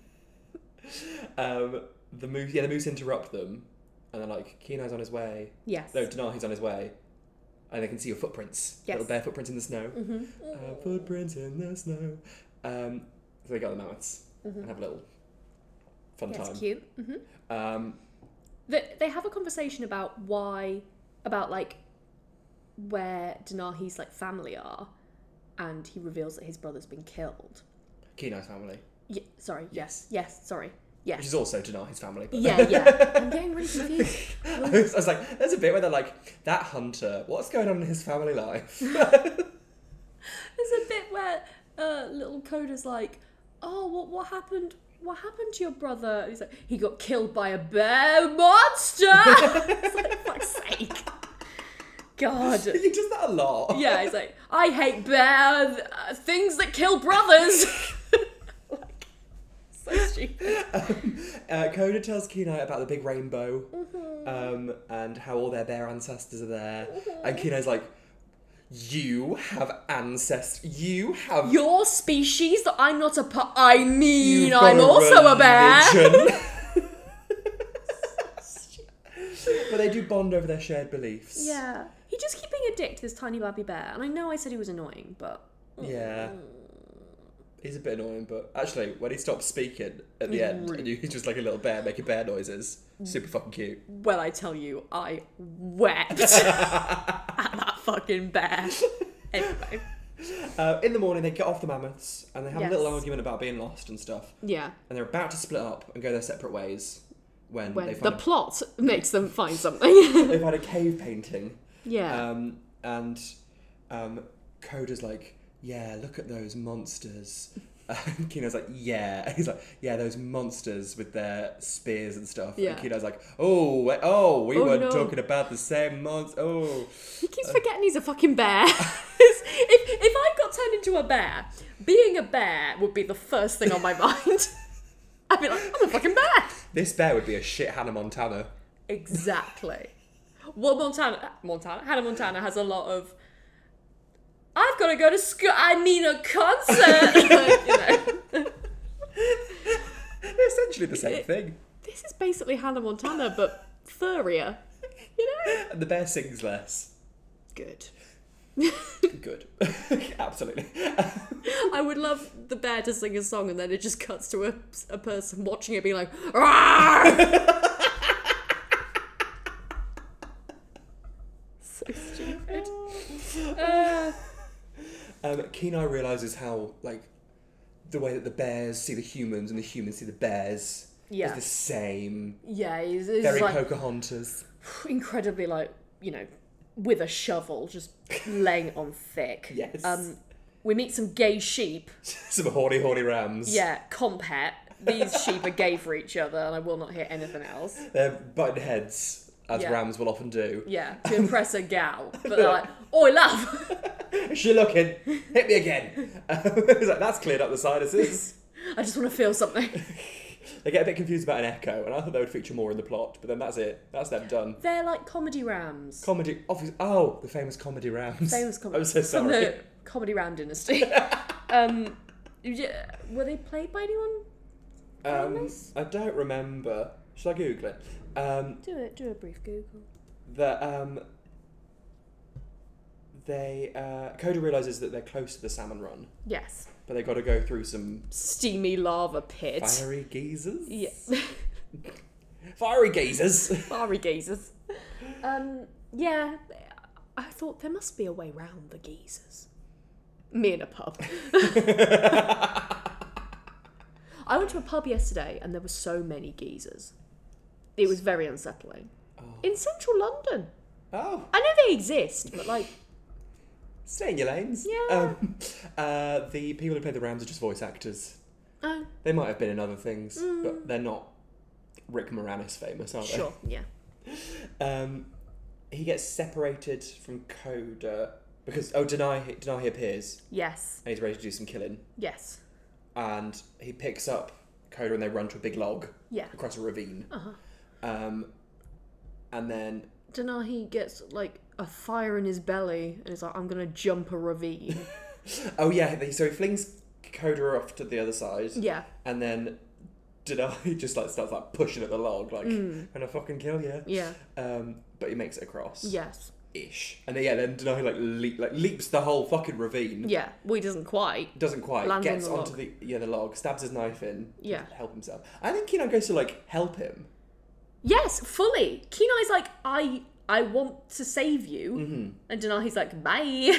B: um, the moose, yeah, the moose interrupt them, and they're like, Kenai's on his way.
A: yes.
B: No, Denahi's on his way, and they can see your footprints.
A: Yes.
B: Little bare footprints in the snow.
A: hmm
B: Uh, footprints in the snow. Um, so they go on the mammoths and have a little fun
A: That's
B: time.
A: Mm-hmm. cute. hmm
B: Um,
A: that they have a conversation about why about like where Denahi's like family are and he reveals that his brother's been killed.
B: Kenai's family,
A: Yeah, sorry. Yes. Yes, sorry. Yes.
B: which is also Denahi's family. But
A: yeah, yeah. I'm getting really confused.
B: I was, I was like, there's a bit where they're like, that hunter, what's going on in his family life?
A: There's a bit where uh, little Coda's like, "Oh, what what happened? What happened to your brother?" And he's like, "He got killed by a bear monster." it's like, for fuck's sake. God.
B: he does that a lot.
A: Yeah, he's like, I hate bears, uh, things that kill brothers. like, so stupid.
B: Um, uh, Coda tells Kenai about the big rainbow
A: Mm-hmm.
B: um, and how all their bear ancestors are there.
A: Mm-hmm.
B: And Kenai's like, You have ancestors. You have.
A: Your species that I'm not a part. I mean,
B: you've got
A: I'm also a bear.
B: religion." but they do bond over their shared beliefs.
A: yeah, he just keep being a dick to this tiny baby bear, and I know I said he was annoying, but
B: Yeah.
A: Mm.
B: He's a bit annoying, but actually, when he stops speaking at the end, and you, he's just like a little bear making bear noises,
A: Mm.
B: super fucking cute.
A: well, I tell you, I wept at that fucking bear. Anyway,
B: Uh, in the morning, they get off the mammoths and they have a little
A: Yes.
B: argument about being lost and stuff.
A: yeah,
B: and they're about to split up and go their separate ways. when,
A: when
B: they
A: the
B: find a-
A: plot makes them find something.
B: they've had a cave painting.
A: yeah.
B: Um, and um, Coda's like, yeah, look at those monsters. And Kino's like, yeah. And he's like, yeah, those monsters with their spears and stuff.
A: Yeah.
B: And Kino's like, oh, we- oh, we
A: Oh,
B: were
A: no.
B: talking about the same monster. Oh,
A: He keeps forgetting he's a fucking bear. if, if I got turned into a bear, being a bear would be the first thing on my mind. I'd be like, I'm a fucking bear.
B: this bear would be a shit Hannah Montana.
A: Exactly. Well, Montana, Montana, Hannah Montana has a lot of. I've got to go to school. I mean, a concert. Like, you know.
B: They're essentially the same thing.
A: This is basically Hannah Montana, but furrier. You know.
B: And the bear sings less.
A: Good.
B: Good. Absolutely.
A: I would love the bear to sing a song and then it just cuts to a, a person watching it being like, "Argh!" so stupid. Uh,
B: Um, Kenai realizes how like the way that the bears see the humans and the humans see the bears
A: Yeah.
B: is the same.
A: yeah, he's, he's
B: Very
A: like
B: Pocahontas.
A: incredibly like, you know, with a shovel, just laying it on thick.
B: Yes.
A: Um, we meet some gay sheep.
B: Some horny, horny rams.
A: Yeah, compet. These sheep are gay for each other, and I will not hear anything else.
B: They're button heads, as
A: Yeah.
B: rams will often do.
A: Yeah, to impress a gal. But they're like, oi, love!
B: She looking, hit me again. He's like, that's cleared up the sinuses.
A: I just want to feel something.
B: they get a bit confused about an echo, and I thought they would feature more in the plot, but then that's it. That's them done.
A: They're like comedy rams.
B: Comedy, obviously. Oh, the famous comedy rams.
A: Famous comedy.
B: I'm so
A: From
B: sorry.
A: the comedy ram dynasty. um, yeah, were they played by anyone?
B: Um,
A: Famous?
B: I don't remember. Shall I Google it? Um,
A: Do it. Do a brief Google.
B: that um, they uh, Coda realizes that they're close to the salmon run,
A: Yes.
B: but they got to go through some
A: Steamy lava pit.
B: fiery geezers.
A: Yes.
B: Fiery geezers.
A: Fiery geysers. Um, yeah. I thought there must be a way round the geysers. Me in a pub. I went to a pub yesterday and there were so many geysers. It was very unsettling. In central London.
B: oh,
A: I know they exist, but like,
B: stay in your lanes.
A: Yeah.
B: Um, uh, the people who play the Rams are just voice actors.
A: oh,
B: They might have been in other things, but they're not Rick Moranis famous, are Oh, they?
A: Mm. sure, yeah.
B: Um, he gets separated from Coda because oh, deny deny appears
A: Yes,
B: and he's ready to do some killing,
A: yes,
B: and he picks up Coda and they run to a big log
A: yeah.
B: across a ravine,
A: Uh-huh.
B: um, and then
A: Danahi gets like a fire in his belly and is like, I'm gonna jump a ravine.
B: oh yeah, they- so he flings Coda off to the other side,
A: yeah,
B: and then deny just like starts like pushing at the log like,
A: Hmm.
B: and I fucking kill you,
A: yeah,
B: um, but he makes it across
A: yes,
B: ish, and then yeah, then deny like leap like leaps the whole fucking ravine.
A: yeah. Well, he doesn't quite.
B: doesn't quite
A: Lands on
B: gets
A: the
B: onto
A: log.
B: the yeah the log, stabs his knife in, to
A: Yeah.
B: help himself. I think Kino goes to like help him.
A: Yes, fully. Kenai's like, I I want to save you. And Danahi's like, bye.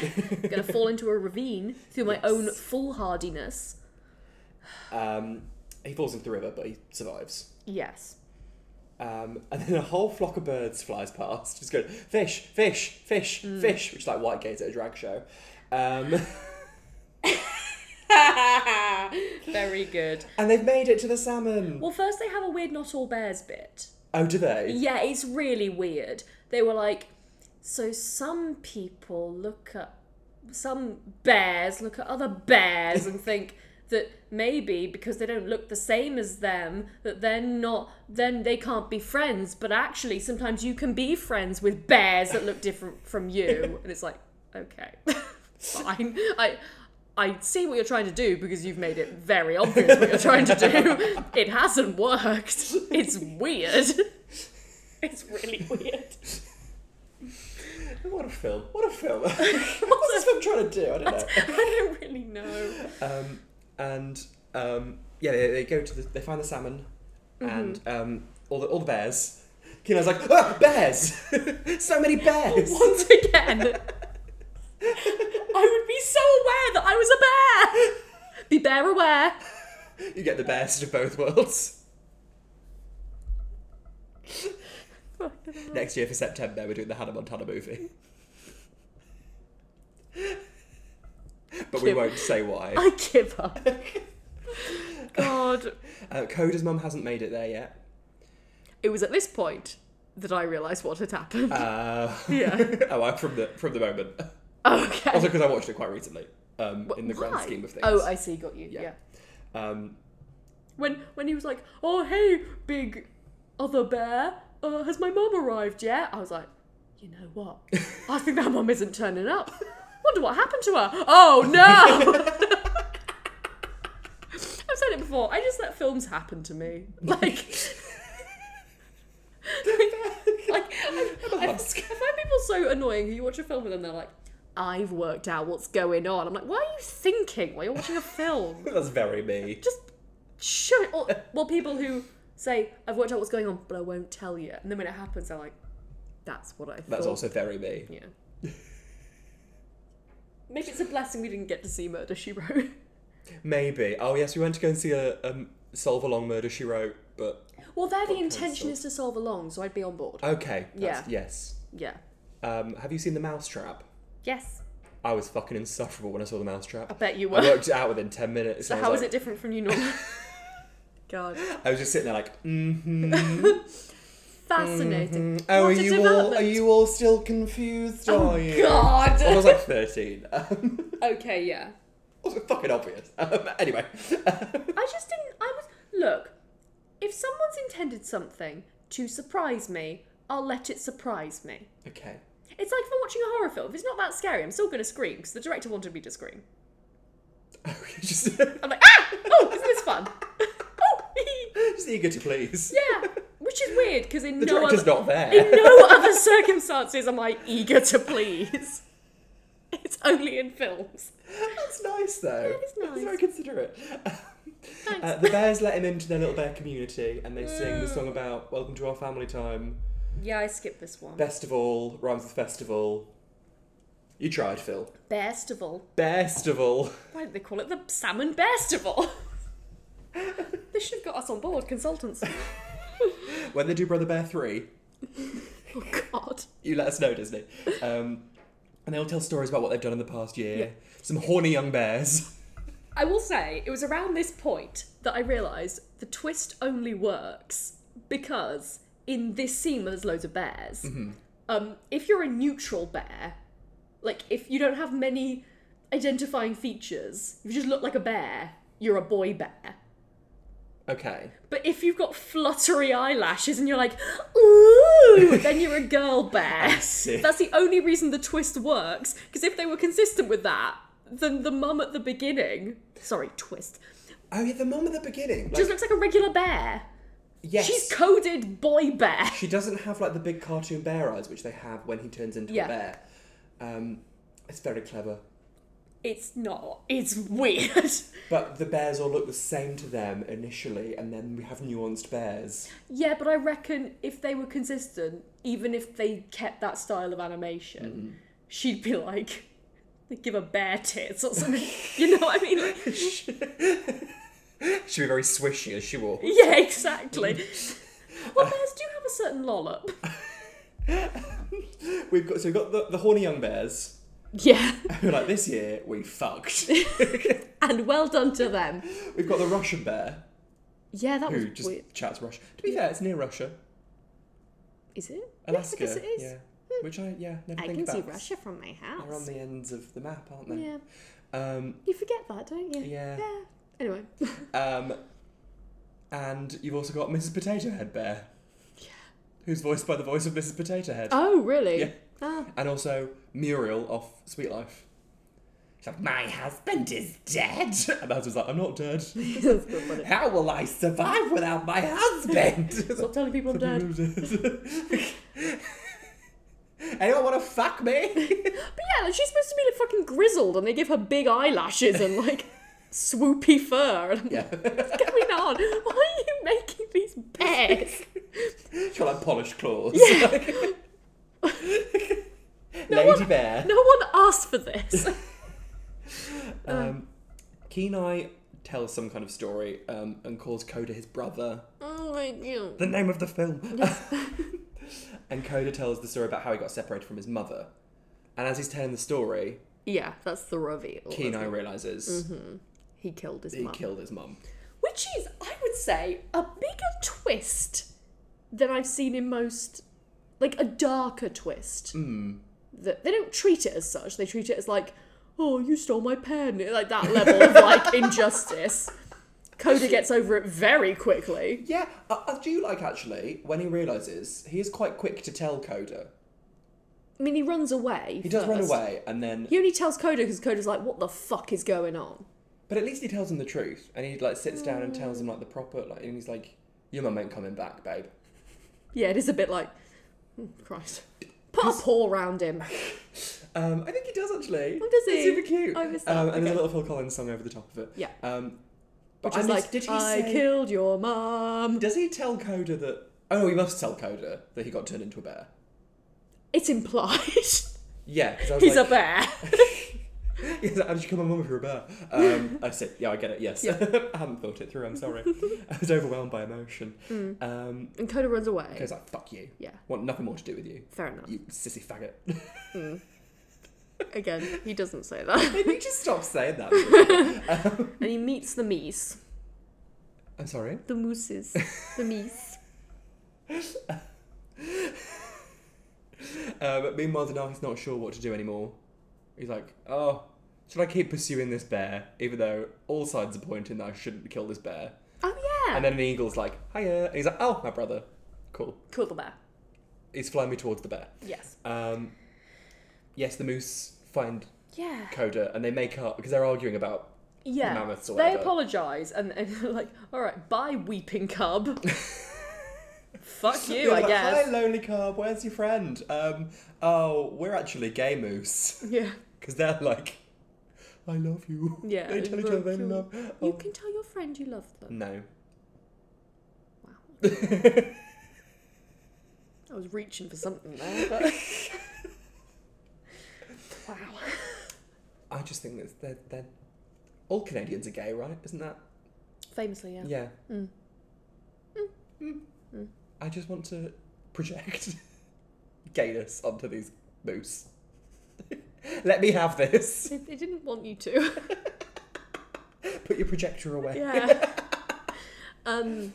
A: gonna fall into a ravine through my own foolhardiness.
B: Um, he falls into the river, but he survives.
A: Yes.
B: Um, and then a whole flock of birds flies past, just going fish, fish, fish, fish, which is like white gaze at a drag show. Um,
A: Very good.
B: and they've made it to the salmon.
A: Well, first they have a weird not all bears bit.
B: Oh, do they?
A: Yeah, it's really weird. They were like, so some people look at some bears look at other bears and think that maybe because they don't look the same as them that they're not then they can't be friends but actually sometimes you can be friends with bears that look different from you and it's like okay fine i i see what you're trying to do because you've made it very obvious what you're trying to do it hasn't worked it's weird it's really weird
B: What a film! What a film! What's this film trying to do? I don't know.
A: I don't really know.
B: um, and um, yeah, they, they go to the, they find the salmon, and um, all the all the bears. Kino's like, ah, bears! so many bears!
A: Once again, I would be so aware that I was a bear. Be bear aware.
B: You get the best of both worlds.
A: back of the
B: Next year for September, we're doing the Hannah Montana movie. but we
A: Kim.
B: won't say why.
A: I give up. God.
B: Uh, Coda's mum hasn't made it there yet.
A: It was at this point that I realised what had happened.
B: Uh,
A: Yeah.
B: oh, I, from the from the moment.
A: okay.
B: Also because I watched it quite recently. Um,
A: Wh-
B: in the grand
A: why?
B: scheme of things.
A: Oh, I see. Got you.
B: Yeah.
A: Yeah.
B: um,
A: When when he was like, "Oh hey, big other bear, uh, has my mum arrived yet?" I was like, "You know what? I think that mum isn't turning up. Wonder what happened to her. Oh no." I've said it before. I just let films happen to me. Like, like I, I, I
B: husk.
A: find people so annoying who you watch a film with and they're like, "I've worked out what's going on." I'm like, "Why are you thinking while you're watching a film?"
B: that's very me.
A: just show it. Or, well, people who say, I've worked out what's going on, but I won't tell you. And then when it happens, they're like, that's what I thought.
B: That's also very me.
A: Yeah. Maybe it's a blessing we didn't get to see Murder, She Wrote.
B: Maybe. Oh yes, we went to go and see a um, Solve Along Murder She Wrote, but
A: Well, there the
B: Got
A: intention
B: cancelled.
A: is to solve along, so I'd be on board.
B: okay. That's,
A: Yeah.
B: Yes.
A: Yeah.
B: Um, have you seen the Mousetrap?
A: Yes.
B: I was fucking insufferable when I saw the
A: I
B: Mousetrap.
A: bet you
B: I
A: were.
B: worked it out within ten minutes.
A: So
B: and
A: how
B: I
A: is
B: was
A: it different from you normally? God.
B: it? I was just sitting there like, mm-hmm.
A: Fascinating.
B: Oh,
A: What
B: are
A: a
B: you all are
A: development.
B: you all still confused?
A: Oh,
B: are you?
A: God.
B: Well, I was like thirteen. Um,
A: Okay, yeah.
B: also fucking obvious. Um, anyway,
A: I just didn't. I was. Look, if someone's intended something to surprise me, I'll let it surprise me.
B: okay.
A: It's like if I'm watching a horror film. If it's not that scary, I'm still going to scream because the director wanted me to scream.
B: Okay, just
A: I'm like, ah! Oh, isn't this fun? oh!
B: just eager to please.
A: yeah! Which is weird because in,
B: The
A: no
B: director's
A: other,
B: not there.
A: in no other circumstances am I eager to please. It's only in films.
B: That's nice though.
A: That is
B: That's
A: nice.
B: very considerate.
A: Thanks.
B: Uh, the bears let him into their little bear community, and they sing the song about "Welcome to our family time."
A: yeah, I skipped this one.
B: Best of all rhymes with festival. You tried, Phil.
A: Bestival.
B: Best of all.
A: Why did they call it the Salmon Bestival? they should have got us on board, consultants.
B: When they do Brother Bear three,
A: Oh, God.
B: you let us know, Disney. Um, and they'll tell stories about what they've done in the past year. Some horny young bears.
A: I will say it was around this point that I realised the twist only works because in this scene where there's loads of bears, um, if you're a neutral bear, like if you don't have many identifying features, if you just look like a bear, you're a boy bear.
B: Okay.
A: But if you've got fluttery eyelashes and you're like, ooh, then you're a girl bear.
B: see.
A: That's the only reason the twist works, because if they were consistent with that, then the mum at the beginning, sorry, twist,
B: Oh yeah, the mum at the beginning. Like,
A: just looks like a regular bear.
B: yes.
A: She's coded boy bear.
B: She doesn't have like the big cartoon bear eyes, which they have when he turns into
A: Yeah.
B: a bear. Um, it's very clever.
A: It's not. It's weird.
B: But the bears all look the same to them initially, and then we have nuanced bears.
A: yeah, but I reckon if they were consistent, even if they kept that style of animation, she'd be like, they give a bear tits or something. you know what I mean? Like,
B: She'd be very swishy as she walks.
A: Yeah, exactly. well, bears do have a certain lollop.
B: We've got so we've got the, the horny young bears.
A: Yeah,
B: Who are like this year we fucked.
A: and well done to them.
B: we've got the Russian bear
A: Yeah, that was
B: who just
A: weird.
B: chats Russian. To be fair, it's near Russia,
A: Is it?
B: Alaska.
A: Yes, I guess it is.
B: Yeah, which I yeah never
A: I
B: think
A: can
B: about.
A: see Russia from my
B: They're on
A: house.
B: the ends of the map, aren't they?
A: Yeah,
B: Um,
A: you forget that, don't you?
B: yeah.
A: Yeah. Anyway,
B: Um, and you've also got Mrs. Potato Head Bear, who's voiced by the voice of Mrs. Potato Head,
A: oh really?
B: Yeah.
A: Ah,
B: and also Muriel off Sweet Life. She's like, "My husband is dead," and the husband's like, "I'm not dead.
A: that's good, funny.
B: How will I survive without my husband?"
A: Stop telling people I'm dead.
B: Anyone want to fuck me?
A: But yeah, like, she's supposed to be like fucking grizzled, and they give her big eyelashes and like swoopy fur. And I'm
B: yeah.
A: like, what's going on? Why are you making these bears?
B: She's got like polished claws.
A: Yeah.
B: Lady Bear.
A: No one asked for this.
B: Um, Kenai tells some kind of story um, and calls Coda his brother.
A: oh my god.
B: The name of the film. And Coda tells the story about how he got separated from his mother. And as he's telling the story,
A: Yeah, that's the reveal.
B: Keen Eye realizes
A: He killed his
B: he
A: Mm-hmm. mum.
B: killed his mum.
A: Which is, I would say, a bigger twist than I've seen in most. Like a darker twist.
B: Hmm.
A: That they don't treat it as such. They treat it as like, oh, you stole my pen, like that level of like injustice. Coda gets over it very quickly.
B: Yeah, I, I do like actually when he realizes he is quite quick to tell Coda.
A: I mean, he runs away.
B: He does run
A: first.
B: away, and then
A: He only tells Coda because Coda's like, what the fuck is going on?
B: But at least he tells him the truth, and he like sits down and tells him
A: Mm.
B: like the proper like, and he's like, "Your mum ain't coming back, babe."
A: Yeah, it is a bit like, "Hmm, Christ. Put a paw round him.
B: Um, I think he does actually.
A: Oh, does
B: It's
A: he?
B: super cute.
A: I missed
B: Um,
A: that.
B: and there's a
A: Okay.
B: little Phil Collins song over the top of it.
A: Yeah.
B: Um, but
A: Which
B: I
A: is
B: missed-
A: like,
B: did he
A: I
B: say?
A: killed your mum.
B: Does he tell Coda that? Oh, he must tell Coda that he got turned into a bear.
A: It's implied.
B: Yeah, because I was
A: He's
B: like,
A: a bear.
B: Yes, how did you kill my mum if you're a bear? Um, I said, yeah, I get it. Yes, I hadn't thought it through. I'm sorry. I was overwhelmed by emotion. Um,
A: And Coda runs away.
B: Coda's like, "Fuck you.
A: Yeah,
B: Want nothing more to do with you.
A: fair enough. Hmm.
B: You sissy faggot."
A: Again, he doesn't say that.
B: Maybe you just stop saying that. um,
A: and he meets the meese.
B: I'm sorry.
A: The mooses. The meese.
B: Uh, but meanwhile, Danaki's not sure what to do anymore. He's like, oh, should I keep pursuing this bear, even though all sides are pointing that I shouldn't kill this bear?
A: Oh, yeah.
B: And then an eagle's like, hiya. And he's like, oh, my brother. Cool.
A: Cool the bear.
B: He's flying me towards the bear.
A: Yes.
B: Um, yes, the moose find
A: Yeah.
B: Coda and they make up because they're arguing about.
A: Yeah.
B: Mammoths or
A: they
B: whatever.
A: apologise and they're like, all right, bye, weeping cub. Fuck you,
B: They're
A: I
B: like,
A: guess.
B: Hi, lonely cub. Where's your friend? Um, oh, we're actually gay moose
A: Yeah.
B: because they're like, I love you.
A: Yeah,
B: they tell each other they
A: you-
B: love.
A: You
B: Oh,
A: can tell your friend you love them.
B: No.
A: Wow.
B: I
A: I was reaching for something there, but. wow.
B: just think that they're, they're all Canadians are gay, right? Isn't that?
A: Famously, yeah.
B: Yeah.
A: Mm.
B: Mm.
A: Mm.
B: I just want to project gayness onto these moose. Let me have this.
A: They, they didn't want you to.
B: Put your projector away.
A: yeah. Um.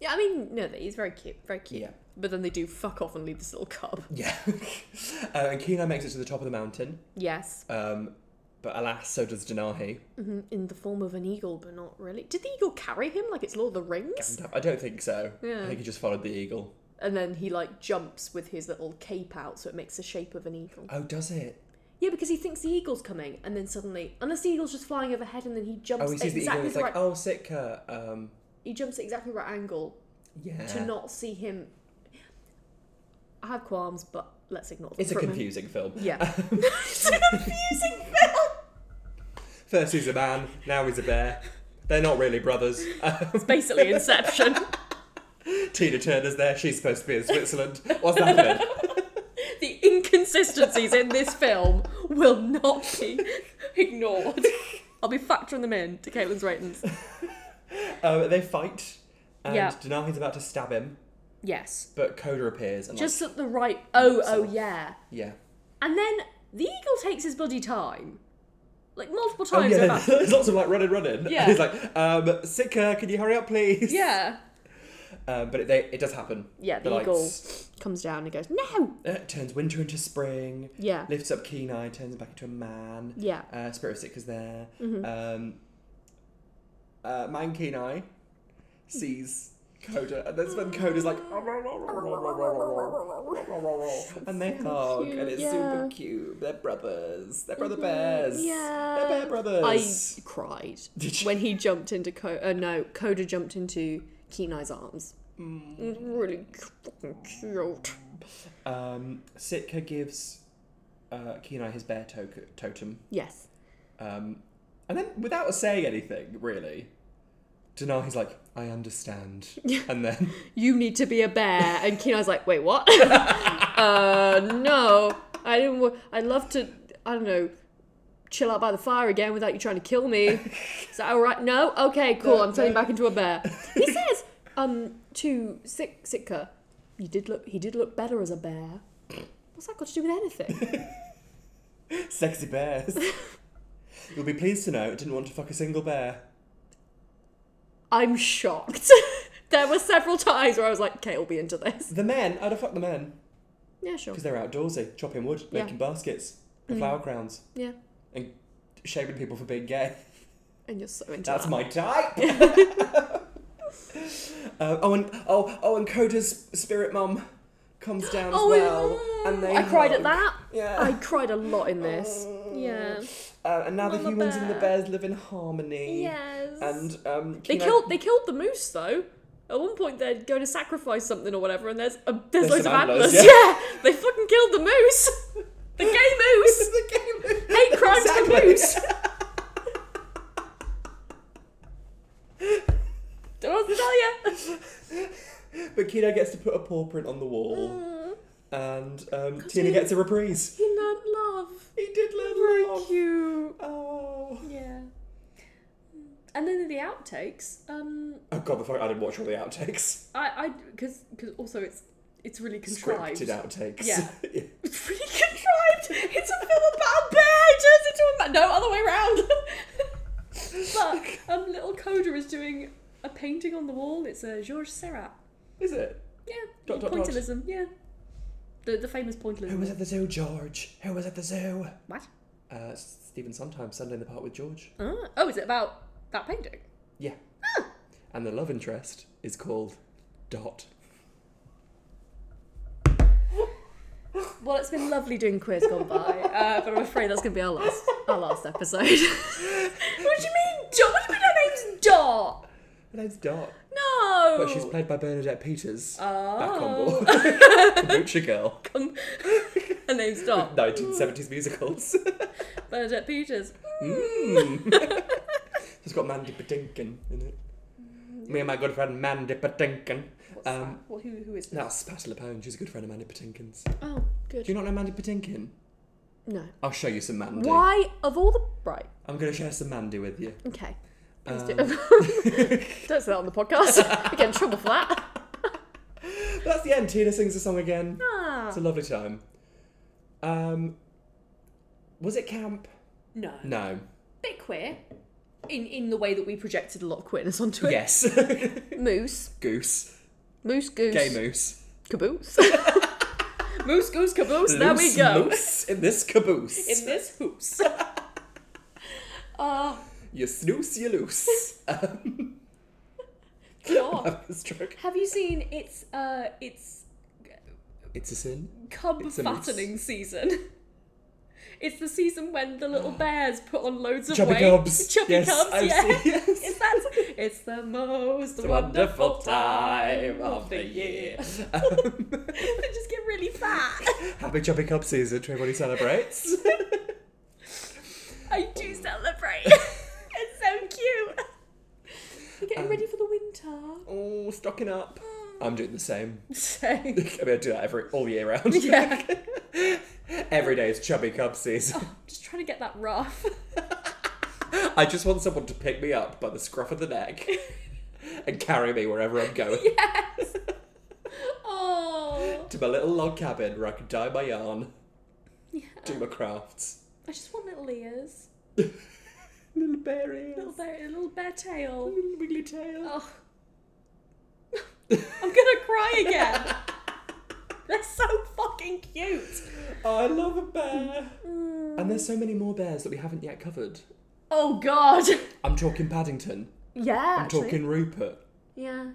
A: Yeah, I mean, no, he's very cute, very cute.
B: Yeah.
A: But then they do fuck off and leave this little cub.
B: Yeah. uh, and Kenai makes it to the top of the mountain,
A: Yes,
B: um, but alas, so does Danahi.
A: hmm in the form of an eagle, but not really. Did the eagle carry him like it's Lord of the Rings?
B: Gandalf- I don't think so. I
A: Yeah.
B: think he just followed the eagle.
A: And then he like jumps with his little cape out, so it makes the shape of an eagle.
B: Oh, does it?
A: Yeah, because he thinks the eagle's coming, and then suddenly, unless the eagle's just flying overhead, and then he jumps
B: Oh, he
A: at
B: sees the eagle. and
A: Um, exactly
B: He's
A: the
B: like,
A: right.
B: oh, Sitka. Um,
A: He jumps at exactly the right angle
B: yeah.
A: to not see him. I have qualms, but let's ignore them.
B: It's a
A: for moment.
B: confusing film.
A: Yeah. it's a confusing film.
B: First he's a man, now he's a bear. They're not really brothers.
A: It's basically Inception.
B: Tina Turner's there. She's supposed to be in Switzerland. What's that then?
A: the inconsistencies in this film will not be ignored. I'll be factoring them in to Caitlin's ratings.
B: Um, they fight, and
A: Yeah.
B: Denahi's about to stab him,
A: Yes.
B: but Coda appears and
A: Just at the right. Oh, oh,
B: Sort of.
A: yeah.
B: like, yeah.
A: And then the eagle takes his bloody time. Like multiple
B: Oh
A: times.
B: yeah,
A: over-
B: there's lots of like running, running.
A: Yeah.
B: he's like, um, Sitka, can you hurry up, please?
A: yeah.
B: Um, but it, they, it does happen.
A: Yeah, the,
B: lights-
A: eagle comes down and goes, No!
B: uh, turns winter into spring.
A: Yeah.
B: Lifts up Kenai, turns him back into a man.
A: Yeah. Mm-hmm.
B: Uh, Spirit of Sitka's there. Um, uh, man Kenai sees Coda, and that's when Coda's like, and they hug, and it's super
A: yeah. Mm-hmm,
B: cute. They're brothers. They're brother bears. They're
A: Yeah.
B: bear brothers.
A: I cried
B: Did you?
A: when he jumped into Co- uh, no Coda jumped into Kenai's arms. It was really fucking cute.
B: Um, Sitka gives uh, Kenai his bear to- totem.
A: Yes.
B: Um, and then, without saying anything, really, Danahi's like, I understand. and then,
A: You need to be a bear, and Kenai's like, wait, what? uh, no, I didn't. W- I'd love to. I don't know. Chill out by the fire again without you trying to kill me. Is that all right? No. Okay. Cool.
B: No,
A: I'm turning
B: no.
A: back into a bear. He says, um, to Sit- Sitka, you did look. He did look better as a bear. What's that got to do with anything?
B: Sexy bears. You'll be pleased to know I didn't want to fuck a single bear.
A: I'm shocked. there were several times where I was like, "Kate will be into this."
B: The men, I'd have fucked the men.
A: Yeah, sure.
B: Because they're outdoorsy, chopping wood,
A: Yeah. Mm.
B: making baskets, and flower crowns,
A: Yeah,
B: and shaming people for being gay.
A: and you're so into
B: That's
A: that.
B: my type. Uh, oh, and oh, oh, and Coda's spirit mum comes down
A: Oh,
B: as well,
A: mm,
B: and they
A: I cried at
B: hug.
A: that.
B: Yeah. Oh,
A: I cried a lot in this. Yeah.
B: Uh, and now the
A: Mama
B: humans and the
A: bear.
B: bears live in harmony.
A: Yes.
B: And um,
A: they
B: King
A: killed. They killed the moose though. At one point, they're going to sacrifice something or whatever, and there's a, there's,
B: There's
A: loads of
B: some
A: antlers.
B: antlers,
A: Yeah.
B: yeah.
A: they fucking killed the moose. The gay moose.
B: the game.
A: Hate crimes for
B: Exactly.
A: moose. Don't know what to tell you.
B: But Kino gets to put a paw print on the wall, and um, Tina
A: he-
B: gets a reprise.
A: He learned love.
B: He did
A: Very
B: learn love.
A: cute.
B: Oh.
A: Yeah. And then in the outtakes, um,
B: oh god, the fuck! I didn't watch all the outtakes.
A: I, I, because, because also it's, it's really contrived.
B: Scripted outtakes.
A: Yeah. It's really contrived. It's a film about a bear turns into a man. No, other way round. but um, little Coda is doing a painting on the wall. It's a Georges Seurat.
B: Is it?
A: Yeah,
B: Dot, dot, dot.
A: pointillism. Yeah, the the famous pointillism.
B: Who was at the zoo, George? Who was at the zoo?
A: What?
B: Uh, Stephen Sondheim, Sunday in the Park with George.
A: Ah, oh, is it about that painting?
B: Yeah. And the love interest is called Dot.
A: Well, it's been lovely doing quiz gone by, uh, but I'm afraid that's going to be our last our last episode. what do you mean, Dot? What do you mean her name's Dot?
B: Her name's Dot,
A: No.
B: but she's played by Bernadette Peters.
A: Oh.
B: That combo. Kombucha Girl.
A: Um, her name's Dot.
B: 1970s musicals.
A: Bernadette Peters.
B: Mm. it's got Mandy Patinkin in it. Me and my good friend Mandy Patinkin.
A: What's
B: Um,
A: that? Well, who, who is this?
B: That's Patti LuPone. She's a good friend of Mandy Patinkin's.
A: Oh,
B: Do
A: good.
B: you not know Mandy Patinkin?
A: No.
B: I'll show you some Mandy.
A: Why, of all the. Right,
B: I'm going to share some Mandy with you.
A: okay. Please do.
B: Um,
A: Don't say that on the podcast. We get in trouble for that.
B: that's the end. Tina sings the song again.
A: Ah.
B: It's a lovely time. Um, was it camp?
A: No.
B: No.
A: Bit queer. In, in the way that we projected a lot of queerness onto it.
B: Yes.
A: Moose.
B: goose.
A: Moose, goose.
B: Gay moose.
A: Caboose. moose, goose, caboose. there we
B: Loose
A: go.
B: moose in this caboose.
A: In this hoose. Ah,
B: You snooze, you loose. um,
A: God.
B: that was drunk.
A: Have you seen it's uh it's
B: It's a sin.
A: cub
B: It's a moose.
A: fattening season. It's the season when the little bears put on loads of
B: Chubby
A: weight.
B: cubs.
A: Chubby
B: yes,
A: cubs,
B: I've
A: yeah.
B: Seen, yes.
A: It's that. It's the most
B: It's a
A: wonderful, time of the year.
B: Um,
A: they just get really fat.
B: happy Chubby Cub season. Everybody celebrates.
A: I do
B: Oh.
A: celebrate. it's so cute. We're getting
B: Um,
A: ready for the winter.
B: oh, stocking up. I'm doing the same.
A: So
B: I mean, I do that every all year round.
A: yeah,
B: Every day is chubby cub season.
A: Oh, just trying to get that rough.
B: I just want someone to pick me up by the scruff of the neck and carry me wherever I'm going
A: Yes. Oh.
B: to my little log cabin where I can dye my yarn,
A: Yeah.
B: do my crafts.
A: I just want little ears,
B: Little bear ears,
A: little bear, a little bear tail.
B: little wiggly tail.
A: Oh. I'm gonna cry again. They're so fucking cute.
B: Oh, I love a bear.
A: Mm.
B: And there's so many more bears that we haven't yet covered.
A: Oh god.
B: I'm talking Paddington.
A: Yeah.
B: I'm
A: actually.
B: talking Rupert.
A: Yeah.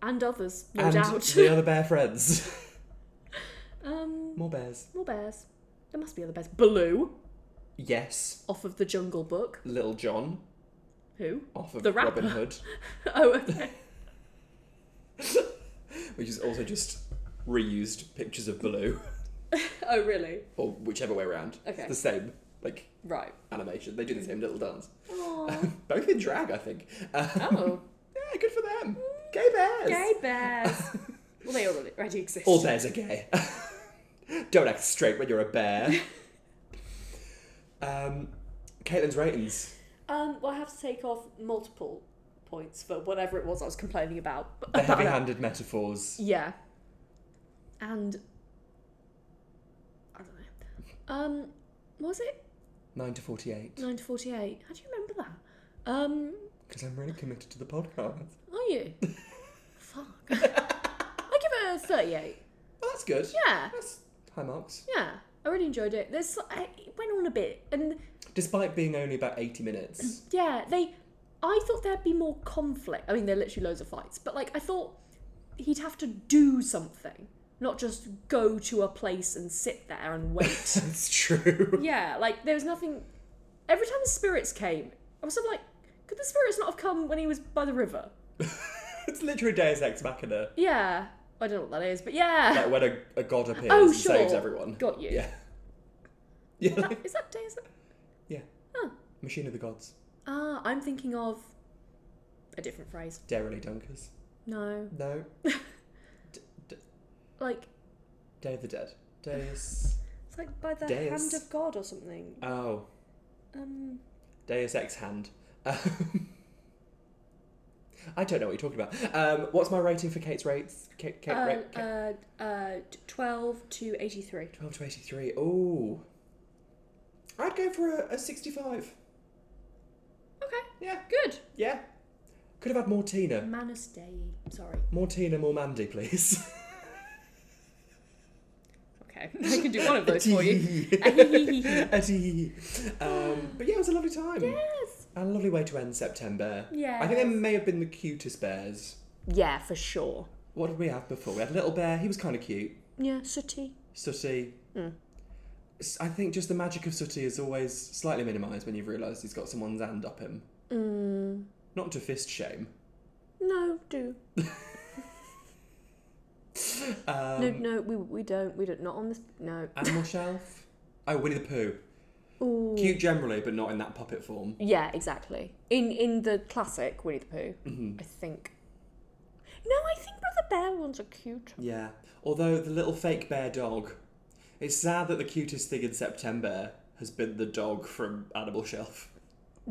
A: And others, no
B: and
A: doubt.
B: the other bear friends.
A: um,
B: more bears.
A: more bears. There must be other bears. Baloo,
B: Yes.
A: off of the Jungle Book.
B: Little John
A: Who?
B: off of
A: The
B: Robin
A: rapper.
B: Hood.
A: Oh, okay.
B: which is also just reused pictures of Baloo,
A: oh, really?
B: or whichever way around.
A: Okay.
B: It's the same, like,
A: Right.
B: animation. They do the same little dance.
A: Aww.
B: Both in drag, I think. Um,
A: oh.
B: Yeah, good for them. Gay
A: Mm.
B: bears.
A: Gay bears. well, they already, already exist.
B: All bears are Oh, gay. Don't act straight when you're a bear. um, Caitlin's ratings.
A: Um, well, I have to take off multiple points for whatever it was I was complaining about.
B: The
A: About that.
B: heavy-handed metaphors.
A: Yeah. and I don't know. Um, what was it
B: 9 to 48.
A: nine to forty eight? How do you remember that? Um,
B: Because I'm really committed to the podcast.
A: are you? Fuck. I give it a thirty eight.
B: Well, that's good.
A: Yeah,
B: That's high marks.
A: yeah. I really enjoyed it. There's I, it went on a bit, and
B: Despite being only about 80 minutes.
A: Yeah, they. I thought there'd be more conflict. I mean, there are literally loads of fights, but like I thought he'd have to do something, not just go to a place and sit there and wait.
B: that's true.
A: yeah, like there was nothing. Every time the spirits came, I was sort of like, could the spirits not have come when he was by the river?
B: it's literally Deus Ex Machina.
A: Yeah, I don't know what that is, but yeah,
B: Like when a, a god appears
A: Oh,
B: and saves
A: sure.
B: everyone.
A: got you.
B: Yeah. Yeah.
A: Is that- is that Deus?
B: Machine of the Gods.
A: Ah, I'm thinking of a different phrase.
B: Derrily Dunkers.
A: No,
B: No.
A: like
B: Day of the Dead. Deus.
A: it's like by the
B: Deus.
A: hand of God or something.
B: Oh.
A: Um.
B: Deus Ex Hand. Um, I don't know what you're talking about. Um, what's my rating for Kate's rates? Kate, Kate,
A: Uh,
B: ra- Kate-
A: uh, uh, 12 to 83.
B: 12 to 83. Ooh. I'd go for a, a 65.
A: Okay.
B: Yeah.
A: Good.
B: Yeah. Could have had more Tina.
A: Manus Dei. Sorry.
B: More Tina, more Mandy, please.
A: Okay. I can do one of those for you.
B: Atee. Atee. um, but yeah, it was a lovely time.
A: Yes.
B: And a lovely way to end September.
A: Yeah.
B: I think they may have been the cutest bears.
A: Yeah, for sure.
B: What did we have before? We had Little Bear. He was kind of cute.
A: Yeah, sooty.
B: Sooty. S- I think just the magic of Sooty is always slightly minimised when you've realised he's got someone's hand up him.
A: Mm.
B: Not to fist shame.
A: No, do.
B: Um, Uh,
A: no, no, we, we don't. We don't. Not on this. No.
B: Animal Shelf. Oh, Winnie the Pooh.
A: Ooh.
B: Cute generally, but not in that puppet form.
A: Yeah, exactly. In in the classic Winnie the Pooh,
B: Mhm.
A: I think. No, I think Brother Bear ones are cute.
B: Yeah. Although the little fake bear dog. It's sad that the cutest thing in September has been the dog from Animal Shelf.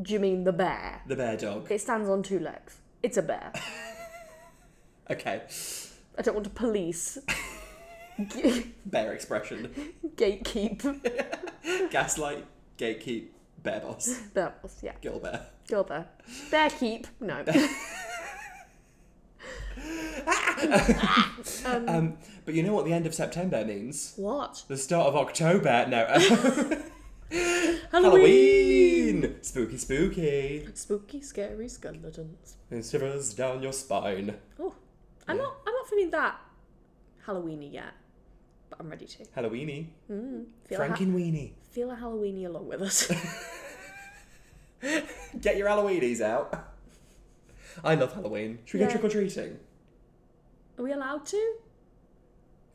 A: Do you mean the bear?
B: The bear dog.
A: It stands on two legs. It's a bear.
B: Okay.
A: I don't want to police.
B: Bear expression.
A: gatekeep.
B: Gaslight, gatekeep, bear boss,
A: That was, yeah,
B: girl bear.
A: girl bear. Bear keep, no. um,
B: Um, but you know what the end of September means?
A: what?
B: The start of October. No. uh,
A: Halloween!
B: Halloween! Spooky, spooky.
A: Spooky, scary skeletons.
B: And shivers down your spine.
A: Oh, I'm not, I'm not feeling that Halloweeny yet, but I'm ready to
B: Halloweeny.
A: feel a, ha-
B: Frankenweenie.
A: feel a Halloweeny along with us.
B: Get your Halloweenies out. I love Halloween. Should we
A: Yeah.
B: go trick or treating?
A: Are we allowed to?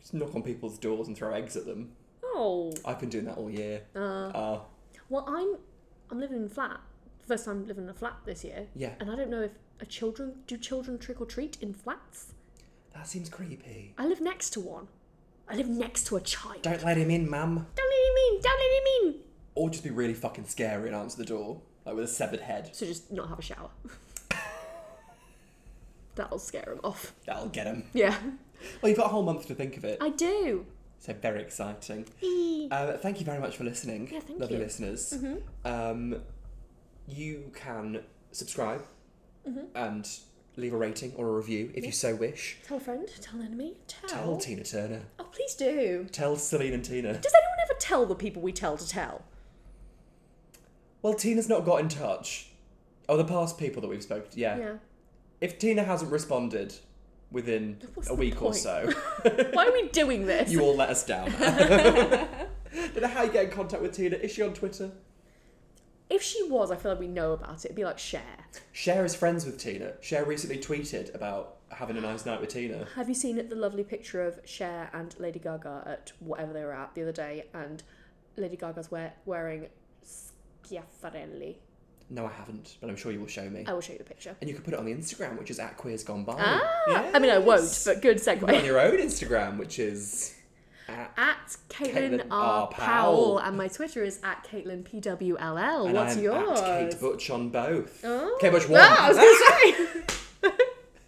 B: Just knock on people's doors and throw eggs at them.
A: Oh,
B: I've been doing that all year.
A: uh,
B: Uh,
A: well, I'm, I'm living in a flat. First time living in a flat this year,
B: yeah.
A: and I don't know if a children do children trick or treat in flats.
B: That seems creepy.
A: I live next to one. I live next to a child.
B: Don't let him in, ma'am.
A: Don't let him in! Don't let him in!
B: Or just be really fucking scary and answer the door, like with a severed head.
A: So just not have a shower. That'll scare him off.
B: That'll get him.
A: Yeah.
B: Well, you've got a whole month to think of it.
A: I do.
B: So very exciting.
A: Eee.
B: Um, thank you very much for listening,
A: Yeah, thank
B: lovely
A: you. Mm-hmm.
B: listeners. Um, you can subscribe
A: Mm-hmm.
B: and leave a rating or a review if you so wish.
A: Tell a friend, tell an enemy, tell.
B: Tell Tina Turner.
A: oh, please do.
B: Tell Celine and Tina.
A: Does anyone ever tell the people we tell to tell?
B: Well, Tina's not got in touch. Oh, the past people that we've spoken to, yeah.
A: Yeah.
B: If Tina hasn't responded within
A: What's the
B: a week or
A: point?
B: so,
A: Why are we doing this?
B: you all let us down. Don't know how you get in contact with Tina. Is she on Twitter?
A: if she was, I feel like we know about it. It'd be like share.
B: Cher is friends with Tina. Cher recently tweeted about having a nice night with Tina.
A: Have you seen the lovely picture of Cher and Lady Gaga at whatever they were at the other day? And Lady Gaga's wear- wearing Schiaffarelli.
B: No, I haven't, but I'm sure you will show me.
A: I will show you the picture.
B: And you can put it on the Instagram, which is at Queers Gone By.
A: Ah, I mean, I won't,
B: Yes.
A: but good
B: Put it on
A: segue.
B: your own Instagram, which is at.
A: At Caitlin
B: Caitlin
A: R.
B: R. Powell.
A: Powell, and my Twitter is at Caitlin PWLL.
B: And
A: What's
B: I'm
A: yours?
B: At Kate Butch on both.
A: Oh.
B: Kate Butch one.
A: Ah, I was going to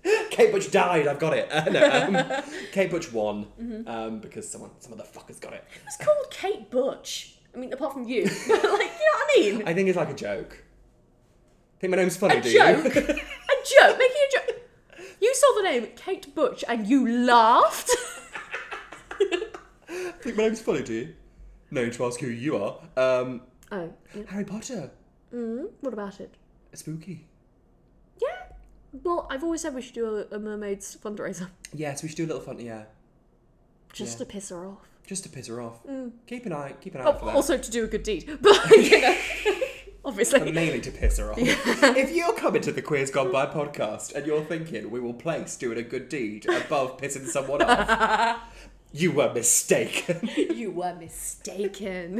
A: say.
B: Kate Butch died. I've got it. Uh, no, um, Kate Butch won
A: Mm-hmm.
B: um, because someone, some motherfucker's got it.
A: It's called Kate Butch. I mean, apart from you, but like, you know what I mean?
B: I think it's like a joke. Think my name's funny,
A: a
B: do
A: joke.
B: you?
A: a joke. Making a joke. You saw the name Kate Butch and you laughed.
B: Think my name's funny, do you? No need to ask who you are. Um,
A: oh, yeah.
B: Harry Potter.
A: mm, what about it?
B: Spooky.
A: Yeah. Well, I've always said we should do a, a mermaid's fundraiser
B: Yes, we should do a little fun. Yeah,
A: just
B: Yeah.
A: to piss her off.
B: just to piss her off. Keep an eye, keep an eye
A: Mm. Oh,
B: out for that.
A: also to do a good deed, but you know,
B: but
A: obviously.
B: mainly to piss her off. if you're coming to the Queers Gone By podcast and you're thinking we will place doing a good deed above pissing someone off, you were mistaken.
A: you were mistaken.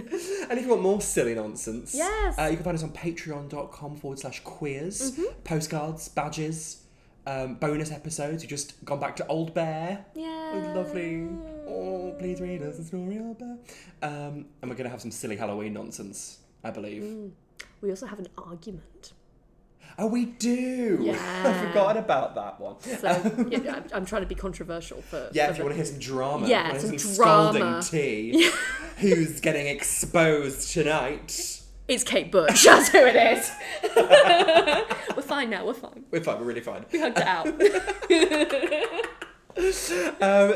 B: and if you want more silly nonsense,
A: Yes.
B: uh, you can find us on patreon.com forward slash queers,
A: Mm-hmm.
B: postcards, badges, um, bonus episodes. You've just gone back to Old Bear.
A: Yeah.
B: With lovely. Oh, please read us a story, Old Bear. Um, and we're going to have some silly Halloween nonsense, I believe.
A: We also have an argument.
B: Oh, we do. I
A: Yeah.
B: forgot about that one.
A: So yeah, I'm, I'm trying to be controversial for.
B: Yeah,
A: for
B: if you want to hear some drama,
A: Yeah,
B: want
A: some drama.
B: scalding tea. Who's getting exposed tonight?
A: It's Kate Bush. That's who it is. we're fine now. We're fine.
B: We're fine. We're really fine.
A: We hugged it out.
B: Um,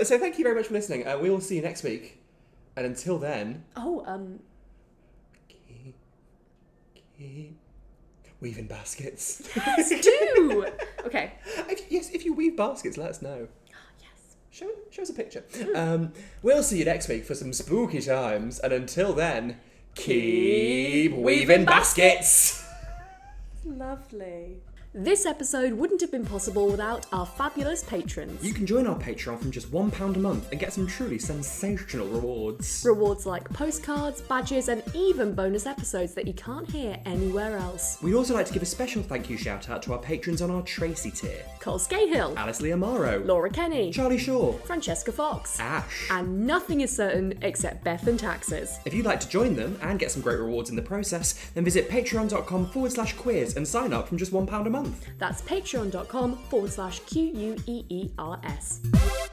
B: so thank you very much for listening. Uh, we will see you next week. And until then,
A: Oh, um,
B: keep, keep weaving baskets.
A: yes, do. Okay.
B: Uh, if, yes, if you weave baskets, let us know.
A: Yes.
B: Show, show us a picture. Um, we'll see you next week for some spooky times. And until then, keep,
A: Keep
B: weaving,
A: weaving
B: baskets.
A: Lovely. This episode wouldn't have been possible without our fabulous patrons.
B: You can join our Patreon from just £1 a month and get some truly sensational rewards.
A: Rewards like postcards, badges, and even bonus episodes that you can't hear anywhere else.
B: We'd also like to give a special thank you shout out to our patrons on our Tracy tier
A: Cole Scahill,
B: Alice Lee Amaro,
A: Laura Kenny,
B: Charlie Shaw,
A: Francesca Fox,
B: Ash.
A: and nothing is certain except Beth and taxes.
B: If you'd like to join them and get some great rewards in the process, then visit patreon.com forward slash queers and sign up from just £1 a month.
A: That's patreon.com forward slash Q U E E R S.